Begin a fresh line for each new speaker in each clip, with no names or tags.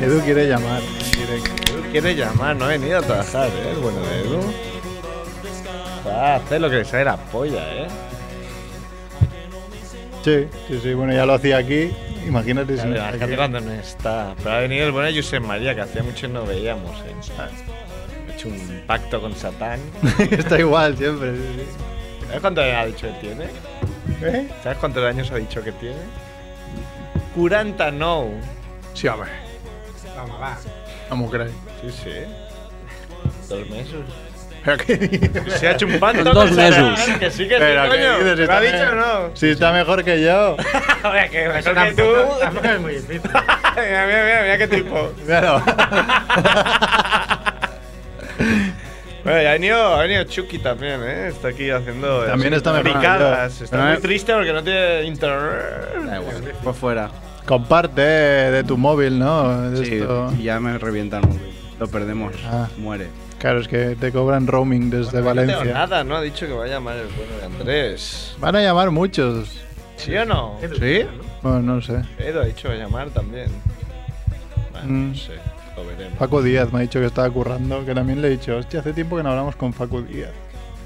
Edu quiere llamar. Quiere, Edu quiere llamar, no ha venido a trabajar, ¿eh? El bueno de Edu. Va a hacer lo que le sale la polla, ¿eh? Sí, sí, sí. Bueno, ya lo hacía aquí. Imagínate si.
Claro, imagínate
aquí.
cuando no está. Pero ha venido el bueno de Josep María, que hacía mucho no veíamos, ¿eh? Ha hecho un pacto con Satán.
Está igual siempre. sí, sí.
¿Sabes cuántos años ha dicho que tiene?
¿Eh?
¿Sabes cuántos años ha dicho que tiene? 40 no.
Sí, hombre.
Vamos, va.
Vamos, crees?
Sí, sí. Dos meses.
¿Pero qué dices?
Se ha hecho un pacto
Dos
con Satán,
meses.
Que sí, que sí,
¿Pero qué
coño.
dices?
¿Lo
Está
ha dicho o
mejor-
no?
Si está mejor que yo.
Hombre, que mejor que tú.
Tampoco, tampoco es muy difícil.
mira, mira, mira, mira qué tipo.
Claro.
Bueno, y ha venido, ha venido Chucky también, ¿eh? Está aquí haciendo. eh,
También está mejorando.
picadas. Está
Pero
muy
no-
triste porque no tiene internet.
Da igual, pues fuera.
Comparte de tu móvil, ¿no? De
Sí,
esto.
y ya me revienta el móvil. Lo perdemos.
Ah.
Muere.
Claro, es que te cobran roaming desde
No tengo
Valencia.
nada, no ha dicho que vaya mal el bueno de Andrés.
Van a llamar muchos.
¿Sí o no?
Edu, ¿no?
Bueno, no sé.
Edo ha dicho que va a llamar también. Bueno,
Mm.
no sé, lo veremos.
Facu Díaz me ha dicho que estaba currando, que también le he dicho, hostia, hace tiempo que no hablamos con Facu Díaz.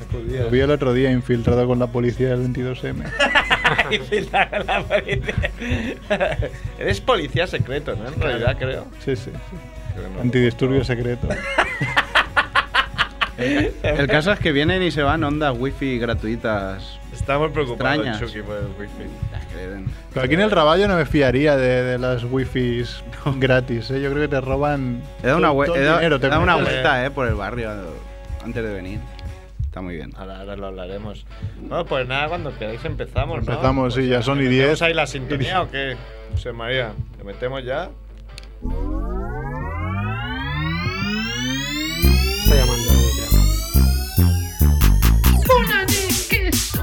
Facu
Lo
Díaz.
vi el otro día infiltrado con la policía del 22M.
Y filtrar a la policía. Eres policía secreto, ¿no? En realidad, creo.
Sí, sí. sí.
Creo que no.
Antidisturbio secreto.
Eh, El caso es que vienen y se van ondas wifi gratuitas.
Estamos preocupados,
Extrañas.
Chucky, por el wifi.
Las que den.
Pero aquí en el Raballo no me fiaría de, de las wifis gratis, ¿eh? Yo creo que te roban
He dado una,
todo-
vue-
todo
he
el
dado-
dinero,
he
te
dado una
metes-
vuelta eh, por el barrio antes de venir. Está muy bien.
Ahora, ahora lo hablaremos. Bueno, pues nada, cuando queráis empezamos, ¿no?
Empezamos, sí, ya son y
¿le
10.
metemos ahí la sintonía o qué? José María, ¿le metemos ya?
Está llamando. ya.
bola de queso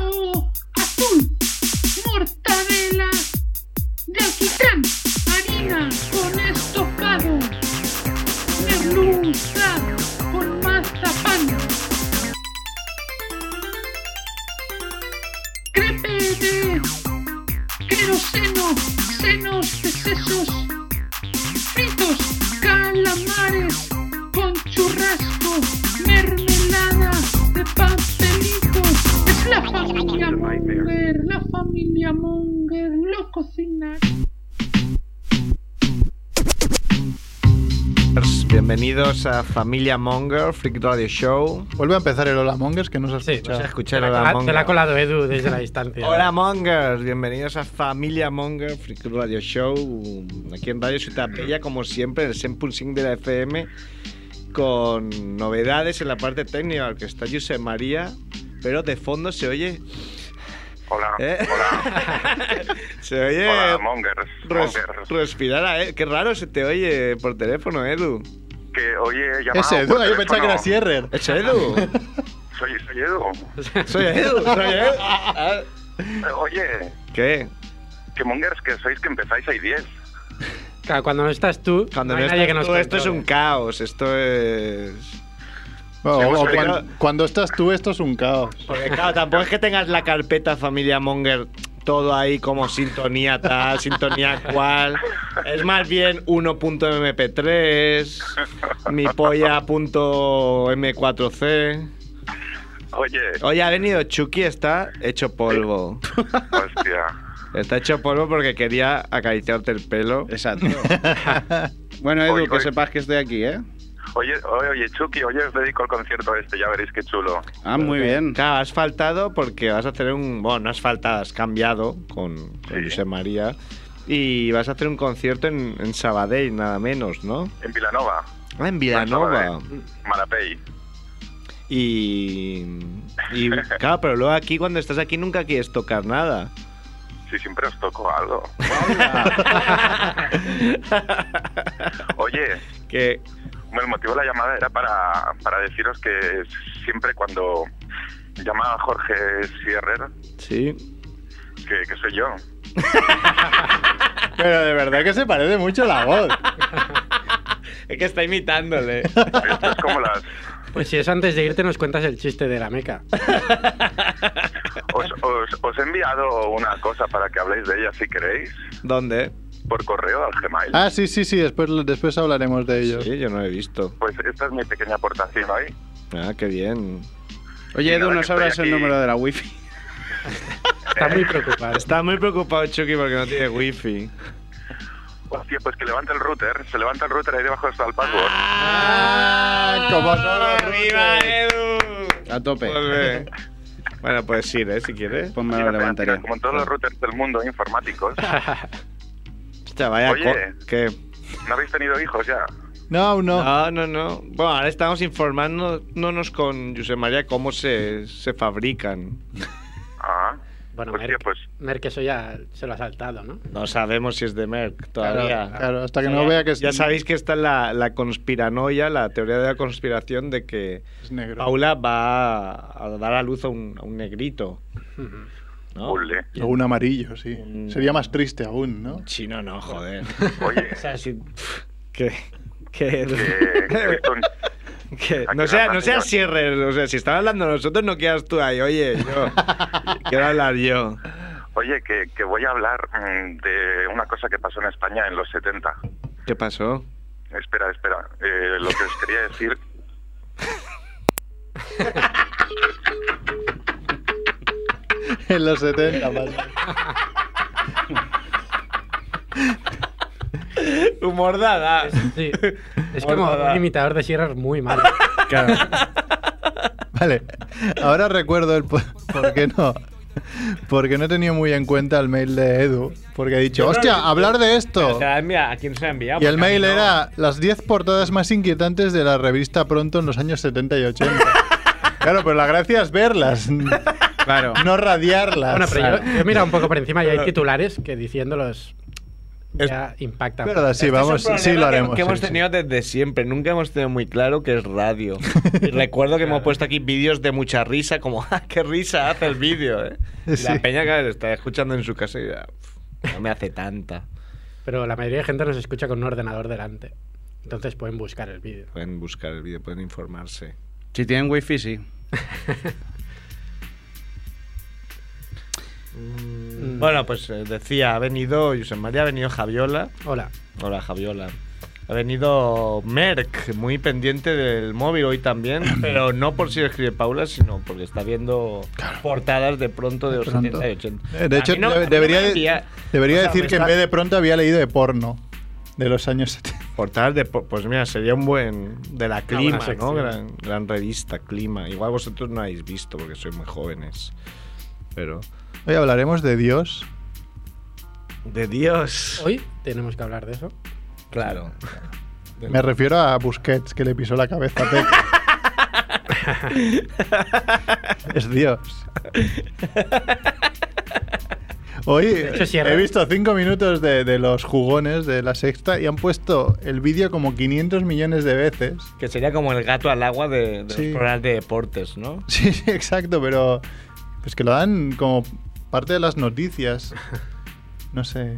azul, mortadela de alquitrán, harina con estocados, merluza con mazapán, crepe de queroseno, senos de sesos, fritos, calamares con churrasco, mermelada de pastelito. Es la familia Munger, la familia Munger, lo cocina.
Bienvenidos a Familia Monger, Freak Radio Show.
Vuelve a empezar el Hola Mongers que no se ha
Sí,
escuchado.
pues no se
escuché
Te
el
la,
Hola
cola- te la ha
Monger.
colado Edu desde la distancia.
Hola Mongers, bienvenidos a Familia Monger, Freak Radio Show, aquí en Radio Ciudad Bella, como siempre, en el 100.5 de la FM, con novedades en la parte técnica, que está José María, pero de fondo se oye...
Hola,
¿eh?
hola,
se oye...
eh,
hola, Mongers.
Res-
Mongers.
respirar a él. Qué raro se te oye por teléfono, Edu.
Que hoy he llamado.
Ese,
por
duda, yo pensaba que era
teléfono.
Sierrer.
¿Es Edu?
Soy, soy Edu.
Soy Edu, soy Edu. Ah,
Eh, Oye,
¿Qué?
que Mongers que sois que empezáis hay 10.
Claro, cuando no estás tú,
Cuando
no
no,
hay
estás
nadie que nos
tú, esto es
controle.
un caos, esto es...
Bueno,
Sí, hemos
o cuan-
explicado-
cuando, estás tú, esto es un caos.
Porque claro, tampoco es que tengas la carpeta familia Monger todo ahí como sintonía tal, sintonía cual. Es más bien 1.mp3, mi polla.m4c.
Oye,
Oye, ha venido Chucky, está hecho polvo.
hostia.
Está hecho polvo porque quería acariciarte el pelo.
Exacto. bueno, Edu,
Oye,
que
oye.
sepas que estoy aquí, ¿eh?
Oye, oye, oye, Chucky, hoy os dedico al concierto este, ya veréis qué chulo.
Ah, muy bien.
Claro, has faltado porque vas a hacer un. Bueno, no has faltado, has cambiado con, con
Sí.
José María. Y vas a hacer un concierto en, en Sabadell, nada menos, ¿no?
En Vilanova,
Ah, en Vilanova.
Sabadell. Marapey.
Y. Y claro, pero luego aquí, cuando estás aquí, nunca quieres tocar nada.
Si siempre os toco algo. Oye,
que.
Bueno, El motivo de la llamada era para, para deciros que siempre cuando llama a Jorge Sierrer,
Sí.
que, que soy yo.
Pero de verdad que se parece mucho la voz.
Es que está imitándole.
Esto es como las...
Pues si eso antes de irte nos cuentas el chiste de la meca.
os, os- os he enviado una cosa para que habléis de ella si queréis,
¿Dónde?
por correo al Gmail.
Ah, sí, sí, sí, después, después hablaremos de ello.
Sí, yo no lo he visto.
Pues esta es mi pequeña aportación hoy.
Ah, qué bien.
Oye,
Mira,
Edu,
ahora
no
que estoy
sabrás el
aquí-
número de la wifi.
Está muy preocupado.
Está muy preocupado Chucky porque no tiene wifi.
Hostia, pues que levanta el router, se levanta el router ahí debajo está el password.
¡Ah! ¡Como son los
¡Arriba,
routers!
Edu!
A tope.
Volve. Bueno, puedes ir, ¿eh? Si quieres.
Pues me
Mira,
lo
mira,
levantaré.
Como en todos los routers del mundo informáticos,
Hostia, vaya
Oye.
co- ¿Qué?
¿no habéis tenido hijos ya?
eh.
No, aún no.
No, no, no. Bueno, ahora estamos informándonos con José María cómo se, se fabrican.
Ah,
Bueno,
hostia,
Merck,
pues
Merck eso ya se lo ha saltado, ¿no?
No sabemos si es de
Claro,
Merck todavía. Ah,
claro, hasta que no vea que es,
Ya sabéis que está la, la conspiranoia, la teoría de la conspiración de que
es negro.
Paula va a, a dar a luz a un, a un negrito. ¿No?
bulle.
O un amarillo, sí.
Mm.
Sería más triste aún, ¿no?
Chino no, joder.
Oye,
O sea, si- ¿Qué? ¿Qué?
que- que esto-
¿Qué? No sea, no seas cierre, o sea, si están hablando nosotros no quedas tú ahí, oye, yo quiero hablar yo.
oye, que, que voy a hablar mm, de una cosa que pasó en España en los 70.
¿Qué pasó?
Espera, espera. eh, lo que os quería decir.
en los 70, vale.
Humor dada.
Sí. Es como un imitador de Sierra muy malo.
Claro. Vale, ahora recuerdo el po- por qué no. Porque no he tenido muy en cuenta el mail de Edu. Porque he dicho, hostia, hablar de esto.
¿A quién se ha enviado?
Y el mail era las 10 portadas más inquietantes de la revista Pronto en los años 70 y 80. Claro, pero la gracia es verlas,
Claro.
no radiarlas.
Bueno, pero yo, yo he mirado un poco por encima y hay titulares que diciéndolos ya
Es
impactan.
Este
verdad, sí, vamos, sí lo haremos.
Que, hemos
sí, sí.
tenido desde siempre, nunca hemos tenido muy claro que es radio. Y recuerdo que hemos puesto aquí vídeos de mucha risa, como, ¡ah, qué risa hace el vídeo! ¿eh? Y
Sí.
La peña que está escuchando en su casa y ya, "Pff, no me hace tanta.
Pero la mayoría de gente nos escucha con un ordenador delante. Entonces pueden buscar el vídeo.
Pueden buscar el vídeo, pueden informarse.
Si tienen wifi, sí.
Mm,
Bueno, pues eh, decía, ha venido José María, ha venido Javiola.
Hola.
Hola, Javiola. Ha venido Merck, muy pendiente del móvil hoy también, pero no por si lo escribe Paula, sino porque está viendo portadas de pronto de los
Pronto.
70 y 80.
Eh, De
A
hecho,
mí no- a mí
de-
no
debería,
me envía-
debería
o sea,
decir
me
que en
está-
vez de pronto había leído de porno de los años 70.
Portadas de. po- Pues mira, sería un buen. De la Clima,
buena
¿no?
sección.
Gran, gran revista, Clima. Igual vosotros no habéis visto porque sois muy jóvenes. Pero.
Hoy hablaremos de Dios.
De Dios.
Hoy tenemos que hablar de eso.
Claro.
Me refiero a Busquets, que le pisó la cabeza a Pepe. es Dios. Hoy
hecho, cierra.
he visto cinco minutos de, de los jugones de la sexta y han puesto el vídeo como 500 millones de veces.
Que sería como el gato al agua de, de los
Sí.
programas de deportes, ¿no?
Sí, sí, exacto, pero es que lo dan como parte de las noticias. No sé.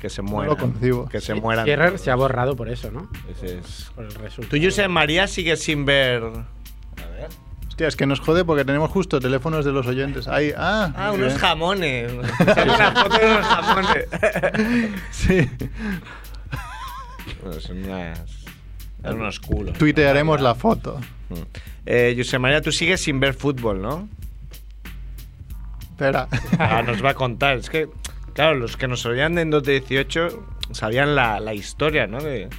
Que se mueran.
concibo.
Que se
Sí,
mueran.
Sierra
todos.
se ha borrado por eso, ¿no?
Ese es.
Por el resultado.
Tú, Josep María, sigues sin ver.
Hostia, es que nos jode porque tenemos justo teléfonos de los oyentes. Ahí, ah,
Ah,
muy
unos
¿eh?
bien.
jamones. Una foto de unos jamones.
Sí.
Bueno, son unas. Son unos culos.
Tuitearemos la foto.
Mm. Eh, José María, tú sigues sin ver fútbol, ¿no?
Espera.
Ah, nos va a contar. Es que, claro, los que nos oían en 2018 sabían la, la historia, ¿no? De-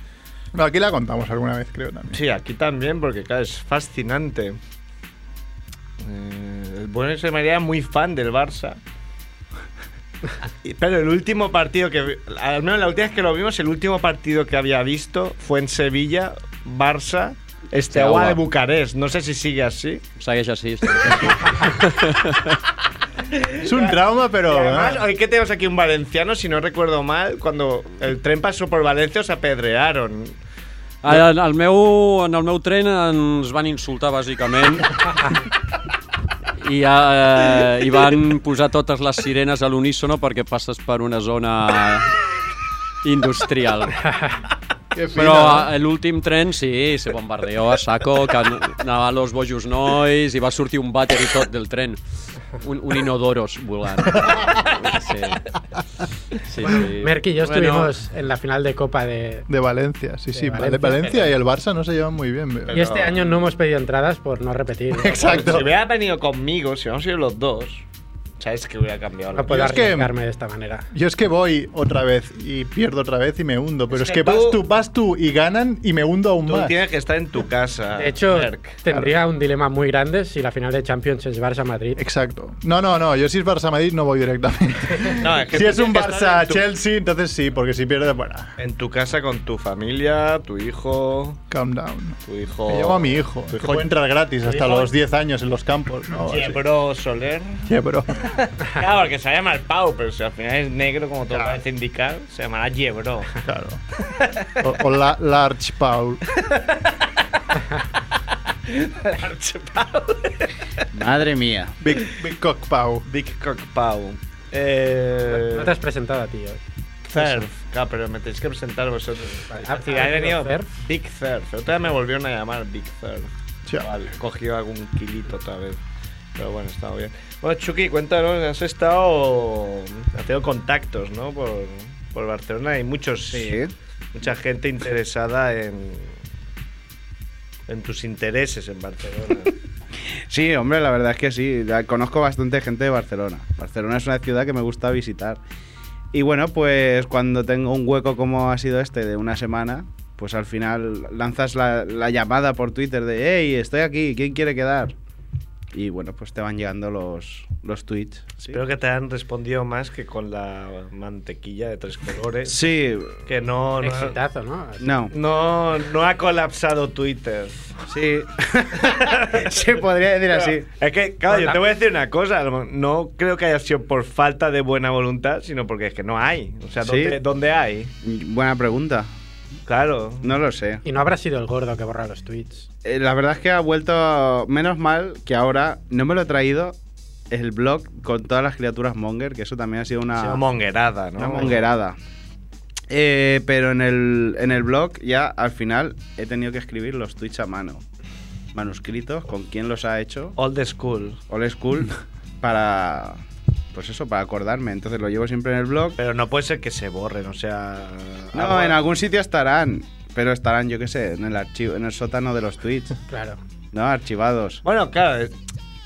No, aquí la contamos alguna vez, creo también.
sí, aquí también, porque, claro, es fascinante. Eh, el buen José María es muy fan del Barça. Y- Pero el último partido que. Al menos la última vez que lo vimos, el último partido que había visto fue en Sevilla, Barça, este agua
Steaua.
de Bucarest. No sé si sigue así.
O sea, que eso sí.
Es un trauma, pero.
Y además,
ah,
hoy que tenemos aquí un valenciano, si no recuerdo mal, cuando el tren pasó por Valencia os apedrearon.
Ah, En el meu, en el meu tren ens van insultar, bàsicament. I, eh, I van posar totes les sirenes a l'unísono perquè passes per una zona industrial.
qué fino.
Però eh, l'últim tren, sí, se bombardeó a saco, que an- anava a los bojos nois i va sortir un vàter i tot del tren. un, un inodoros volant. Sí. Sí, sí.
Merck y yo
Bueno,
estuvimos en la final de Copa de...
De Valencia, sí,
De
sí. Valencia,
Valencia.
Valencia y el Barça no se llevan muy bien. veo.
Y este año no hemos pedido entradas por no repetir.
Exacto.
Si hubiera venido conmigo, si hubiéramos sido los dos, sabes que hubiera cambiado. la
No puedo
Es que-
arriesgarme de esta manera.
Yo es que voy otra vez y pierdo otra vez y me hundo. Pero es, que,
tú-
vas tú, vas tú y ganan y me hundo aún
Tú
más.
tienes que estar en tu casa.
De hecho,
Merck.
tendría un dilema muy grande si la final de Champions es Barça-Madrid.
Exacto. No, no, no. Yo si es Barça Madrid no voy directamente.
No, es que
si
tú
es un
tienes que estar
Barça
en tu-
Chelsea, entonces sí, porque si pierde, bueno,
En tu casa con tu familia, tu hijo,
calm down.
tu hijo.
Me llevo a mi hijo.
Tu
Que
hijo
puede entrar gratis hasta
hijo-
los 10 años en los campos. ¿no? Sí.
Yebro Soler.
Yebro.
Claro, porque se llama el Pau, pero si al final es negro, como todo parece indicar, se llamará Yebro.
Claro. O, o la- Large Paul.
Madre mía.
Big, Big Cock Pau.
Big Cock Pau. Eh.
No te has presentado a ti hoy.
Cerf. Claro, pero me tenéis que presentar vosotros. Ah,
¿Ha-
Si
ha
ha venido
venido Cerf?
Big Cerf. Otra vez me volvieron a llamar Big Cerf.
Ya.
Vale, cogió algún kilito otra vez. Pero bueno, está muy bien. Bueno, Chucky, cuéntanos, has estado haciendo contactos, ¿no? Por, por Barcelona. Hay muchos, mucha gente interesada en, en tus intereses en Barcelona.
Sí, hombre, la verdad es que sí. La- Conozco bastante gente de Barcelona. Barcelona es una ciudad que me gusta visitar. Y bueno, pues cuando tengo un hueco como ha sido este de una semana, pues al final lanzas la, la llamada por Twitter de hey, estoy aquí, ¿quién quiere quedar? Y bueno, pues te van llegando los, los tweets. Sí.
Espero que te han respondido más que con la mantequilla de tres colores.
sí,
Que no,
Un
no,
exitazo, ¿no?
no,
no, no ha colapsado Twitter.
sí. Se podría decir así.
Es que, claro, yo te voy a decir una cosa. No creo que haya sido por falta de buena voluntad, sino porque es que no hay. O sea, ¿dónde,
Sí.
dónde hay?
Buena pregunta.
Claro.
No lo sé.
Y no habrá sido el gordo que borra los tweets.
Eh, la verdad es que ha vuelto. Menos mal que ahora no me lo he traído el blog con todas las criaturas Monger, que eso también ha sido
Se
una,
llama monguerada, ¿no?
Ah. una monguerada. Eh, pero en el, en el blog ya al final he tenido que escribir los tweets a mano. Manuscritos, con quién los ha hecho,
Old school.
old school, para. Pues eso, para acordarme. Entonces lo llevo siempre en el blog.
Pero no puede ser que se borren, o sea.
No,
algo-
en algún sitio estarán. Pero estarán, yo qué sé, en el archivo, en el sótano de los tweets,
Claro.
¿no? Archivados.
Bueno, claro. es-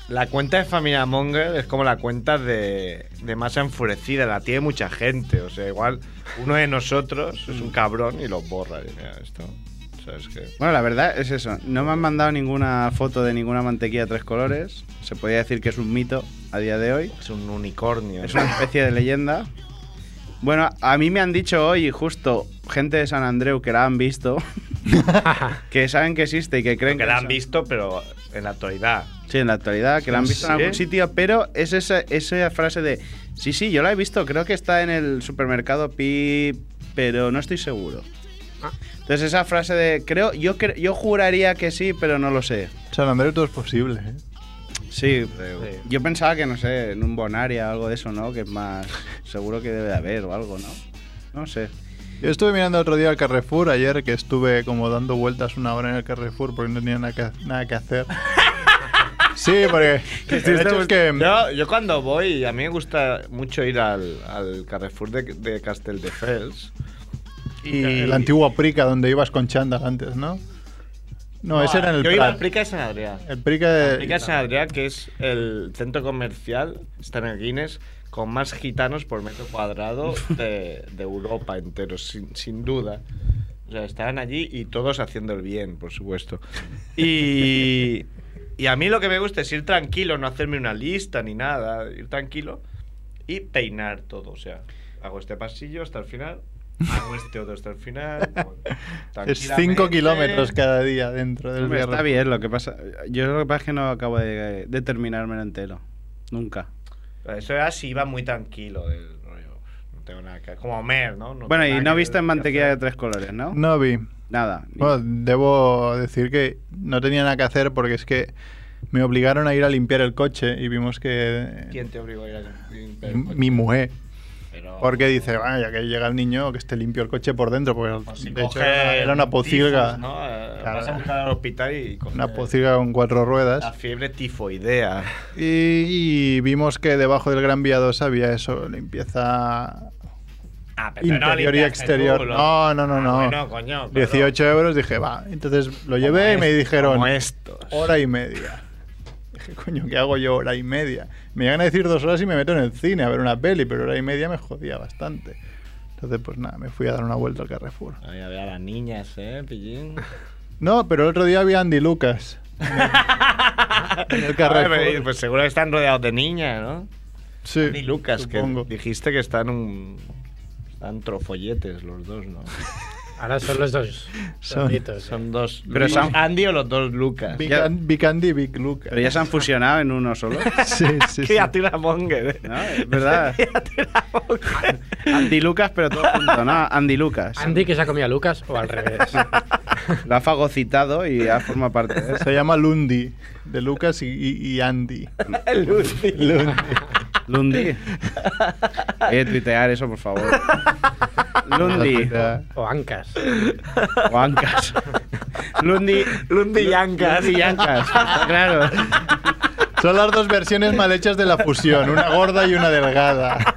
La cuenta de Familia Monger es como la cuenta de, de Masa Enfurecida, la tiene mucha gente. O sea, igual uno de nosotros
Mm.
es un cabrón y lo borra. Y mira, esto. ¿Sabes qué?
Bueno, la verdad es eso. No me han mandado ninguna foto de ninguna mantequilla de tres colores. Se podría decir que es un mito a día de hoy.
Es un unicornio.
Es
¿no?
una especie de leyenda. Bueno, a mí me han dicho hoy, justo, gente de San Andreu que la han visto, que saben que existe y que creen
que la han
es-
visto, pero en la actualidad.
Sí, en la actualidad, que la han
¿Ah,
visto
sí?
en algún sitio, pero es esa, esa frase de, sí, sí, yo la he visto, creo que está en el supermercado Pi, pero no estoy seguro.
Ah.
Entonces esa frase de, creo, yo, cre- yo juraría que sí, pero no lo sé.
San Andrés todo es posible. ¿eh?
Sí, yo pensaba que, no sé, en un Bonaria o algo de eso, ¿no? Que es más, seguro que debe de haber o algo, ¿no? No sé.
Yo estuve mirando otro día al Carrefour ayer, que estuve como dando vueltas una hora en el Carrefour porque no tenía nada que, nada que hacer. Sí, porque el hecho es que
Yo, yo cuando voy, a mí me gusta mucho ir al, al Carrefour de, de Casteldefels.
y la antigua Prica donde ibas con chándal antes, ¿no? No, ese era en el
Yo iba
Prat.
al Prica de San Adrián.
El Prica de-
El Prica de San Adrián, que es el centro comercial, está en el Guinness, con más gitanos por metro cuadrado de, de Europa entero, sin, sin duda. O sea, estaban allí y todos haciendo el bien, por supuesto. Y, y a mí lo que me gusta es ir tranquilo, no hacerme una lista ni nada, ir tranquilo y peinar todo. O sea, hago este pasillo hasta el final, hago este otro hasta el final.
Es 5
tranquilamente.
kilómetros cada día dentro del
Hombre, está
Carrefour.
bien, lo que pasa, yo lo que pasa es que no acabo de, de terminármelo entero. Nunca.
Eso era si iba muy tranquilo. el rollo, no tengo nada que Como Homer, ¿no? No
Bueno,
tengo
y
nada
no
que-
viste en
que
mantequilla de
hacer.
tres colores, ¿no?
No vi.
Nada. ni-
Bueno, debo decir que no tenía nada que hacer porque es que me obligaron a ir a limpiar el coche y vimos que
¿Quién te obligó a ir a
mi mujer.
Pero
Porque dice, vaya, que llega el niño, que esté limpio el coche por dentro. Porque
pues, Si
de hecho
coge
era era una
tifus,
pocilga.
¿no? Eh,
Claro.
Vas a buscar al hospital y coge
Una pocilga con cuatro ruedas.
La fiebre tifoidea.
Y, y vimos que debajo del Gran Vía 2 había eso, limpieza
Ah,
interior y
limpiaste
exterior.
tú, lo-
No, no,
Ah,
no, no.
bueno, coño, pero-
18 euros, dije, va. Entonces lo llevé y me
es-
dijeron,
como estos.
hora y media. Dije, coño, ¿qué hago yo hora y media? Me llegan a decir dos horas y me meto en el cine a ver una peli, pero hora y media me jodía bastante. Entonces, pues nada, me fui a dar una vuelta al Carrefour.
Ay, a ver a las niñas, ¿eh, pillín?
No, pero el otro día había Andy Lucas. En el Carrefour.
A ver, pues seguro que están rodeados de niñas, ¿no?
Sí,
Ni Lucas,
supongo.
que dijiste que están un... Están trofolletes los dos, ¿no?
Ahora son los dos.
Son-
solitos, eh.
Son dos...
Pero
¿los
Sam-
Andy o los dos Lucas?
Big,
Ya-
An- Big Andy, Big Lucas.
Pero ya se han fusionado en uno solo.
Sí, sí, sí.
Criatura monger, ¿eh?
¿No? Es verdad. Andy Lucas, pero todo junto, ¿no? Andy Lucas.
Andy que se ha comido a Lucas o al revés.
Lo ha fagocitado y ha formado parte de eso.
Se llama Lundi, de Lucas y, y- y Andy.
Lucy.
Lundi. Voy a tuitear eso, por favor. Lundi.
O Ancas.
O Ancas. Lundi.
Lundi y Ancas.
Lundi y Ancas. Claro.
Son las dos versiones mal hechas de la fusión, una gorda y una delgada.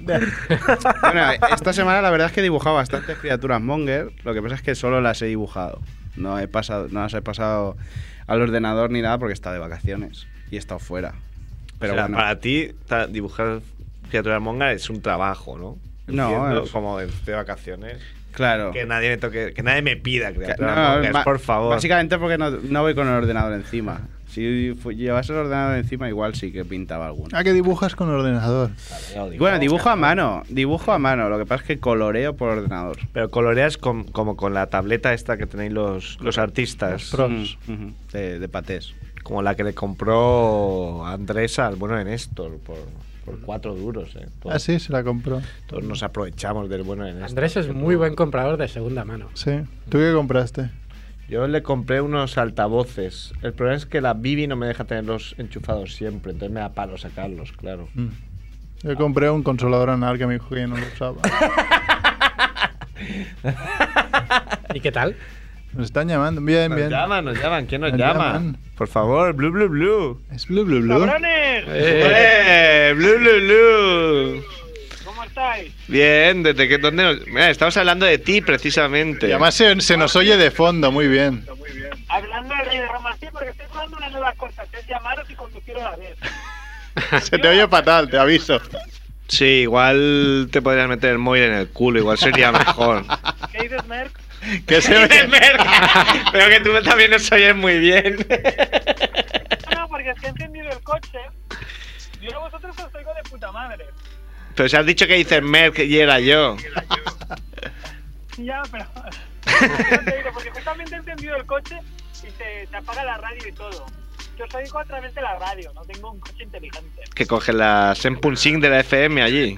Bueno, esta semana la verdad es que he dibujado bastantes criaturas monger. Lo que pasa es que solo las he dibujado. No, he pasado, no las he pasado al ordenador ni nada porque está de vacaciones y he estado fuera. Pero
O sea,
bueno.
para ti ta- dibujar criaturas mongas es un trabajo, ¿no?
No,
Entiendo,
es-
como de, de vacaciones.
Claro.
Que nadie me toque, que nadie me pida criaturas
No,
mongas,
ba-
por favor.
Básicamente porque no, no voy con el ordenador encima. Si fu- llevas el ordenador encima, igual sí que pintaba alguno.
Ah, que dibujas con ordenador.
Y bueno, dibujo a mano, dibujo a mano. Lo que pasa es que coloreo por ordenador.
Pero coloreas con- como con la tableta esta que tenéis los, los artistas.
Mm, ujú, de, de patés.
Como la que le compró Andrés al bueno de Néstor por, por cuatro duros. ¿eh? Todos,
Ah, sí, se la compró.
todos nos aprovechamos del bueno de Néstor.
Andrés es muy buen comprador de segunda mano.
Sí. ¿Tú qué compraste?
Yo le compré unos altavoces. El problema es que la Bibi no me deja tenerlos enchufados siempre, entonces me da palo sacarlos, claro.
Mm. Yo compré un consolador anal que me dijo que ya no lo usaba.
¿Y qué tal?
Nos están llamando. Bien,
Nos
bien.
llaman, nos llaman, ¿quién nos,
Nos
llama?
llaman.
Por favor, blue, blue, blue.
Es blu, blu, blu.
¡Eh! ¡Blue, blue, blue!
¿Cómo estáis?
Bien, ¿desde qué? ¿Dónde? nos- Mira, estamos hablando de ti precisamente.
Y además se, se nos oye de fondo, muy bien.
Hablando de romance, porque estoy probando una nueva cosa, que es llamaros y conducir a la vez.
Se te oye fatal, te aviso.
Sí, igual te podrías meter el móvil en el culo, igual sería mejor.
¿Qué dices, Merck?
Que se ve.
Veo que tú también nos oyes muy bien.
No, porque es que he encendido el coche. Yo a vosotros os oigo de puta madre.
Pero se has dicho que dices Merck y era yo.
Ya, pero... no te digo, porque justamente he encendido el coche y se, se apaga la radio y todo. Yo os oigo a través de la radio, no tengo un coche inteligente.
Que coge la Senpunsing de la FM allí.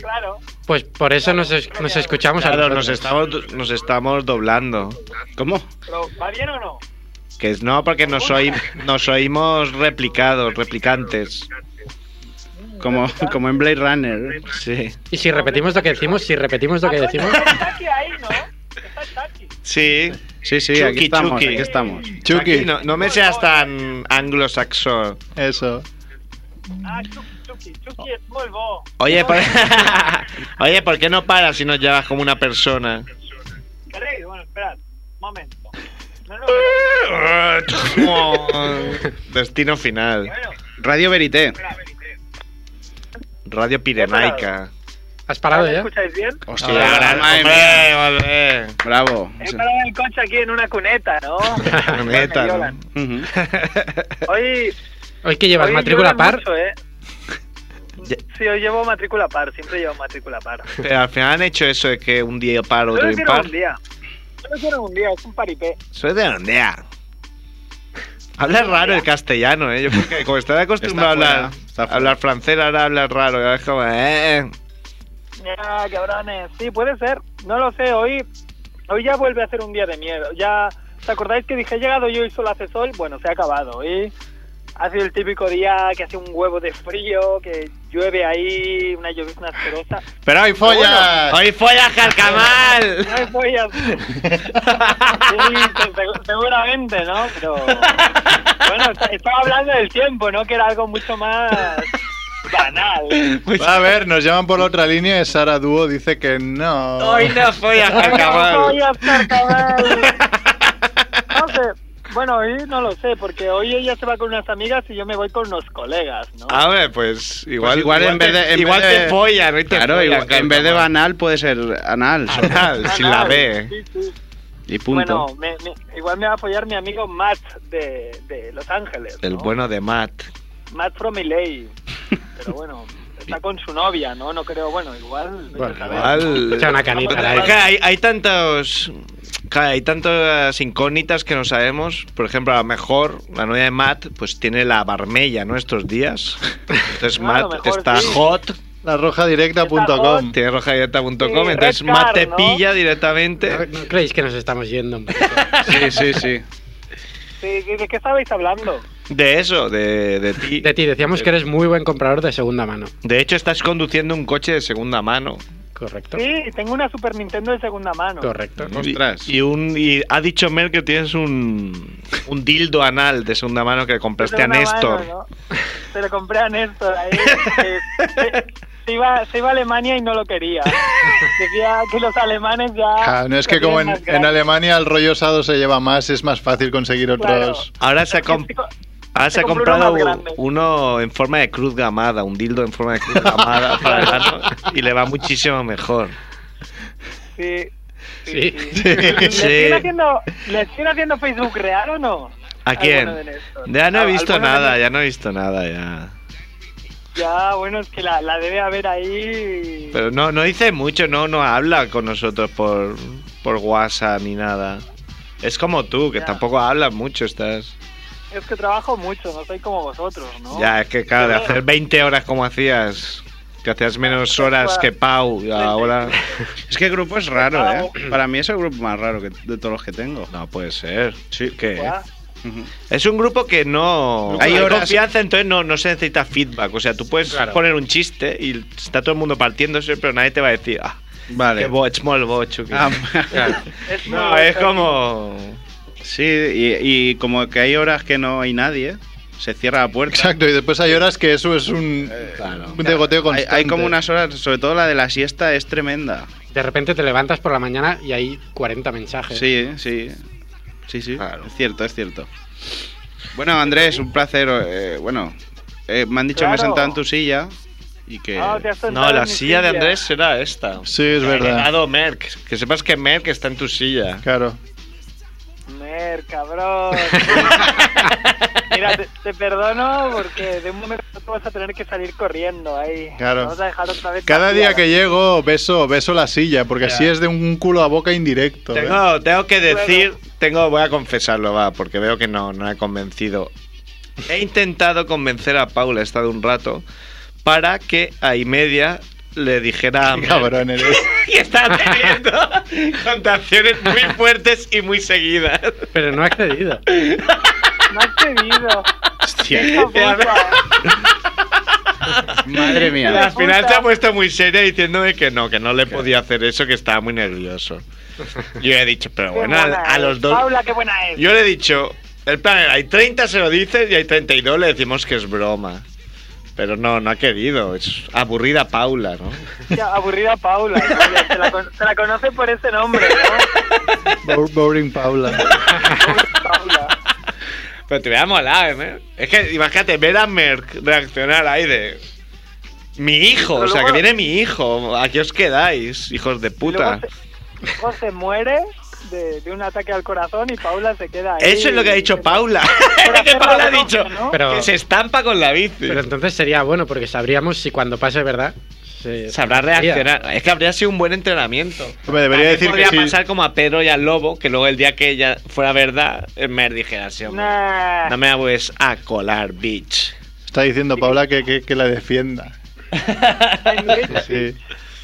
Claro.
Pues por eso nos, es- nos escuchamos a
Claro,
nosotros.
nos estamos, nos estamos doblando.
¿Cómo?
¿Pero va bien o no?
Que es no, porque nos, oí- nos oímos replicados, replicantes.
Como, como en Blade Runner.
Sí.
Y si repetimos lo que decimos, si repetimos lo que
Ah, coño,
decimos,
Está aquí ahí, ¿no? Está el Taki.
Sí.
Sí, sí, aquí
Chucky,
estamos,
Chucky.
aquí estamos.
Chucky.
Aquí No, no me seas tan anglosaxón.
Eso.
Ah, Chucky, Chucky, Chucky es muy bo.
Oye, por... Oye, ¿por qué no paras si nos llevas como una persona?
¿Queréis? Bueno, esperad. Un momento. No, no,
Destino final.
pero, bueno,
Radio Verité.
esperad.
Radio Pirenaica.
¿has parado
¿Me
ya?
escucháis bien?
Hostia,
Hostia, gran-
madre mía.
hombre, hombre.
Bravo.
He parado el coche aquí en una cuneta, ¿no?
Neta,
Me
¿no?
violan.
Ujú.
Hoy,
Hoy que llevas
hoy
matrícula
llueve
par,
mucho, ¿eh? Sí, hoy llevo matrícula par, siempre llevo matrícula par.
Pero al final han hecho eso de que un día para
Solo
otro
hicieron
impar.
un día. Solo hicieron un día, es un paripé.
Soy de Andea. Habla raro el castellano, ¿eh? Yo creo que como estaba acostumbrado
Está
a hablar,
fuera, está
a hablar francés, ahora habla raro. ahora es como, eh.
Ya, cabrones. Sí, puede ser. No lo sé, hoy, hoy ya vuelve a ser un día de miedo. Ya, ¿os acordáis que dije he llegado yo y solo hace sol? Bueno, se ha acabado. Hoy Ha sido el típico día que hace un huevo de frío, que llueve ahí, una llovizna asquerosa.
Pero hoy follas.
¡Hoy follas, Carcamal!
No voy a... Sí, se- seguramente, ¿no? Pero... Bueno, est- estaba hablando del tiempo, ¿no? Que era algo mucho más banal.
A ver, nos llaman por la otra línea. Sara Dúo dice que no.
¡Hoy no follas,
No voy
Carcamal!
a estar cabal. No sé. Bueno, hoy no lo sé, porque hoy ella se va con unas amigas y yo me voy con unos colegas, ¿no?
Ah,
A ver, pues igual,
Pues igual en vez de- en
igual
vez
te
de-
follan, hoy te
Claro,
follan,
igual- en vez de banal puede ser anal. solo.
Anal, sin la B.
Sí, sí.
Y punto.
Bueno, me- me- igual me va a apoyar mi amigo Matt de, de Los Ángeles.
El
¿no?
bueno de Matt.
Matt from LA. Pero bueno, está con su novia, ¿no? No creo, bueno, igual. vete a saber.
Igual.
Echa una canita.
Es que
la-
hay, hay tantos. claro, hay tantas incógnitas que no sabemos. Por ejemplo, a lo mejor la novia de Matt pues tiene la barmella, ¿no? Estos días. Entonces
Claro, a lo
Matt
mejor
está
sí.
hot.
La rojadirecta.com.
Tiene rojadirecta.com.
Sí,
entonces
Red
Matt
Car,
te
¿no?
pilla directamente.
¿No creéis que nos estamos yendo? hombre?
Sí, sí, sí.
Sí, ¿De, de qué estabais hablando?
De eso, de, de ti.
De ti, decíamos que eres muy buen comprador de segunda mano.
De hecho, estás conduciendo un coche de segunda mano.
Correcto.
Sí, tengo una Super Nintendo de segunda mano.
Correcto.
Ostras.
Y, un, y ha dicho Mel que tienes un, un dildo anal de segunda mano que
De
compraste Este a
segunda
Néstor.
mano, ¿no? Se lo compré a Néstor ahí. eh, se, se iba, se iba a Alemania y no lo quería. Decía que los alemanes ya.
Ah, no es que
lo
como en,
tienen más
en
grande.
Alemania el rollo osado se lleva más, es más fácil conseguir
Claro.
otros.
Ahora se ha, com-
Es que co-
ahora se ha
se compró
comprado
uno más grande.
uno en forma de cruz gamada, un dildo en forma de cruz gamada para el ano, y le va muchísimo mejor.
Sí.
Sí.
¿Le,
Sí.
siguen haciendo, ¿Le siguen haciendo Facebook real o no?
¿A
Al
quién?
bueno de Néstor.
Ya no he
Al- al
visto
bueno de
nada,
Néstor.
ya no he visto nada ya.
Ya, bueno, es que la, la debe haber ahí.
Pero no, no dice mucho, no, no habla con nosotros por, por WhatsApp ni nada. Es como tú, que
Ya.
tampoco hablas mucho, estás.
Es que trabajo mucho, no soy como vosotros, ¿no?
Ya, es que claro, de
Pero-
hacer 20 horas como hacías, que hacías menos horas que Pau, y ahora.
Es que el grupo es raro, ¿eh? Para mí es el grupo más raro que, de todos los que tengo.
No puede ser. Sí, que.
Ya.
Es un grupo que no.
Hay
Hay
horas-
confianza, entonces no, no se necesita feedback. O sea, tú puedes
Claro.
poner un chiste y está todo el mundo partiéndose, pero nadie te va a decir, ah, qué
Vale.
boch, mol bocho. que-".
Ah,
Es
no, es como.
sí, y, y como que hay horas que no hay nadie, se cierra la puerta.
Exacto, y después hay horas que eso es un, un degoteo
Hay,
constante.
hay como unas horas, sobre todo la de la siesta es tremenda.
De repente te levantas por la mañana y hay 40 mensajes.
Sí, sí. Sí, sí.
Claro.
Es cierto, es cierto. Bueno, Andrés, un placer. eh, bueno, eh, me han dicho que me he
Claro.
sentado en tu silla y que...
Ah, te has sentado
No,
en
la
mi
silla de Andrés será esta.
Sí, es verdad.
Llegado Merck. Que sepas que Merck está en tu silla.
Claro.
Mer, cabrón. Mira, te, te perdono porque de un momento a otro vas a tener que salir corriendo ahí.
Claro.
Vamos a dejar otra vez.
Cada día
vacía.
que llego beso, beso la silla, porque así es de un culo a boca indirecto. ¿eh?
Tengo, tengo que decir, tengo, voy a confesarlo, va, porque veo que no, no he convencido. He intentado convencer a Paula, he estado un rato, para que a y media le dijera a
Qué
Mer
Cabrón eres.
que está teniendo contaciones muy fuertes y muy seguidas.
Pero no ha accedido.
No has pedido.
Hostia,
Hijo puta.
madre mía.
Y al final
puta.
se ha puesto muy seria diciéndome que no, que no le podía hacer eso, que estaba muy nervioso. Yo he dicho, pero
Qué
bueno, a,
buena
a
es.
los dos...
Paula, qué buena es.
Yo le he dicho, el plan era, hay 30 se lo dices y hay 32 le decimos que es broma. Pero no, no ha querido. Es aburrida Paula, ¿no?
Ya, aburrida Paula. ¿no? Ya Se la, con- se la conoce por ese nombre, ¿no?
Bo- Boring Paula.
Paula.
Pero te hubiera molado, ¿eh? Es que imagínate, ver a Merck reaccionar ahí de... Mi hijo,
Pero
o sea, que
luego-
viene mi hijo. Aquí os quedáis, hijos de puta.
Luego se- luego se muere de, de un ataque al corazón y Paula se queda ahí.
Eso es lo que ha dicho Paula.
Pero
que
hacer la
Paula ha
broma,
dicho
¿no?
Pero-
que se estampa con la bici.
Pero entonces sería bueno porque sabríamos si cuando pase verdad. se-
Sabrá reaccionar. Es que habría sido un buen entrenamiento.
Hombre, debería
También
decir que
podría
sí.
pasar como a Pedro y al Lobo, que luego el día que ella fuera verdad, el Mer dijera, sí, hombre,
Nah.
no me la vuelves a colar, bitch.
Está diciendo Paula que, que- que la defienda. Sí.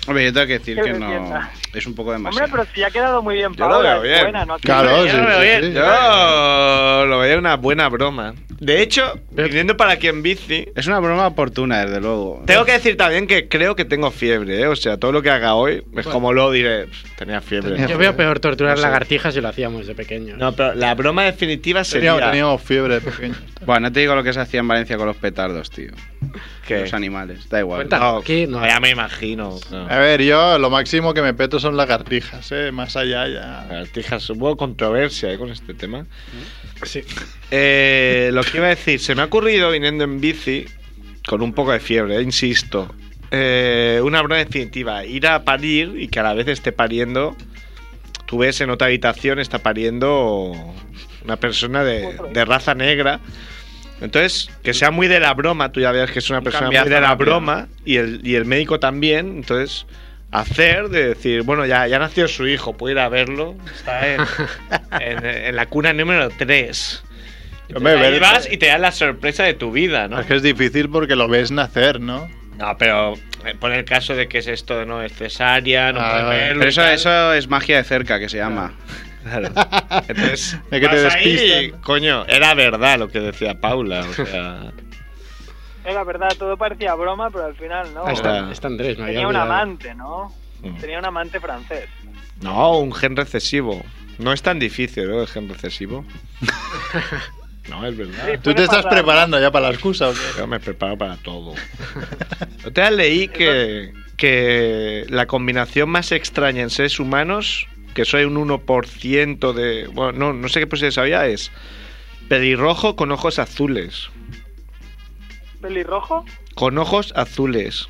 Hombre, yo tengo que decir
Que
que
lo
no.
entienda.
Es un poco demasiado.
Hombre, pero si ha quedado muy bien
Yo lo
Paola,
veo
es
bien.
buena, ¿no?
Claro,
Yo
sí,
lo veo
sí,
bien.
sí.
Yo lo veía una buena broma. De hecho, viniendo para aquí en bici,
Es una broma oportuna, desde luego.
tengo que decir también que creo que tengo fiebre, ¿eh? O sea, todo lo que haga hoy es como lo diré. "Pff, Tenía fiebre.
Tenía
Yo veo peor torturar
No sé.
lagartijas si lo hacíamos de pequeño.
No, pero la broma definitiva sería
Teníamos, teníamos fiebre pequeña.
Bueno, no te digo lo que se hacía en Valencia con los petardos, tío.
que Ah,
Los animales. Da igual.
Cuenta.
no,
Aquí no.
ya me imagino. no.
A ver, yo lo máximo que me peto son lagartijas, ¿eh? Más allá ya.
Lagartijas, hubo controversia ¿eh? con este tema.
Sí.
Eh, lo que iba a decir, se me ha ocurrido viniendo en bici, con un poco de fiebre, eh, insisto, eh, una broma definitiva, ir a parir y que a la vez esté pariendo, tú ves en otra habitación, está pariendo una persona de, de raza negra. Entonces, que sea muy de la broma, tú ya veas que es una persona muy
cambiazo
de la
rápido.
broma y el, y el médico también, entonces hacer de decir, bueno, ya, ya nació su hijo, puedo ir a verlo, está en, en- en la cuna número 3.
Hombre, ver-
vas y te dan la sorpresa de tu vida, ¿no?
Es que es difícil porque lo ves nacer, ¿no?
No, pero eh, pon el caso de que es esto, no es cesárea, no
Ah,
puedes
vale.
verlo y
Pero eso,
tal.
eso es magia de cerca, que se llama.
Entonces,
Es que te
vas ahí
despistan.
y, coño, era verdad lo que decía Paula, o sea,
Era eh, verdad, todo parecía broma, pero al final no.
Ahí está.
Ah, Está Andrés, me había
Tenía un
olvidado.
amante, ¿no?
Mm.
Tenía un amante francés.
no, un gen recesivo. No es tan difícil, ¿no? El gen recesivo. no, es verdad.
Sí,
¿Tú
puede
te estás
pasar.
preparando ya para la excusa o qué?
Yo me preparo para todo. Yo te leí que, que la combinación más extraña en seres humanos, que soy un 1% de. Bueno, no, no sé qué posibilidades había, es pelirrojo con ojos azules.
¿Pelirrojo?
Con ojos azules.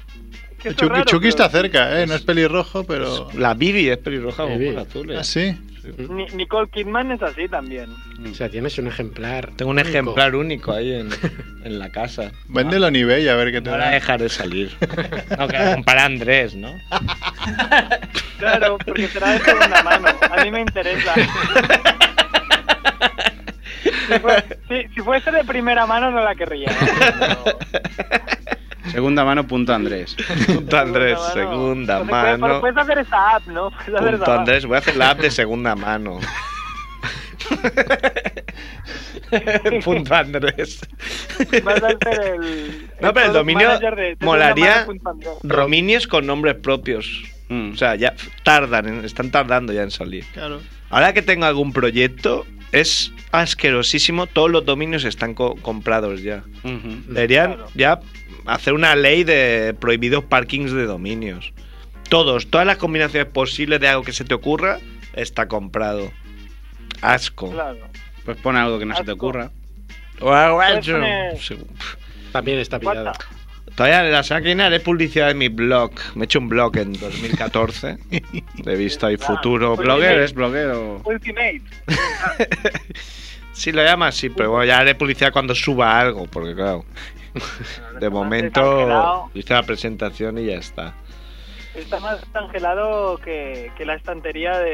Que esto es
Chucky,
raro,
Chucky
pero
está cerca, ¿eh? No es pelirrojo, pero...
La Bibi es pelirroja con
Bibi.
ojos azules.
Ah, sí.
Ni- Nicole Kidman es así también.
O sea, tienes un ejemplar.
Tengo un
único.
ejemplar único ahí en, en la casa.
Véndelo en eBay a ver qué te
No la
da.
dejaré salir. No, que la compara Andrés, ¿no?
Ah, Claro, porque será de segunda mano. A mí me interesa. Si, fue- si- si fuese de primera mano no la querría.
Segunda mano, punto Andrés.
Punto Andrés,
Segunda
segunda
mano. Entonces, puedes-
mano.
Puedes hacer esa app, ¿no? Puedes hacer
Punto
esa app.
Andrés, voy a hacer la app de segunda mano. Punto Andrés.
Vas a ser el.
No, pero el
product
dominio
manager de- de segunda
molaría-
mano punto Andrés.
Rominios con nombres propios.
Mm.
O sea, ya tardan, en- están tardando ya en salir.
Claro.
Ahora que tengo algún proyecto, es asquerosísimo. Todos los dominios están co- comprados ya.
Ujú.
Deberían
Claro.
ya hacer una ley de prohibidos parkings de dominios. Todos, todas las combinaciones posibles de algo que se te ocurra está comprado. Asco.
Claro.
Pues pon algo que no se te ocurra.
O algo
Puedes
hecho.
poner-
Sí.
También está pillado.
What
Todavía la máquina haré publicidad en mi blog. Me he hecho un blog en 2014. He visto ahí futuro
Pues
blogger.
¿Eres bloguero?
Ultimate.
Sí, lo llama así, pero bueno, ya haré publicidad cuando suba algo, porque claro. De momento
desangelado.
hice la presentación y ya está.
Está más angelado que, que la estantería de,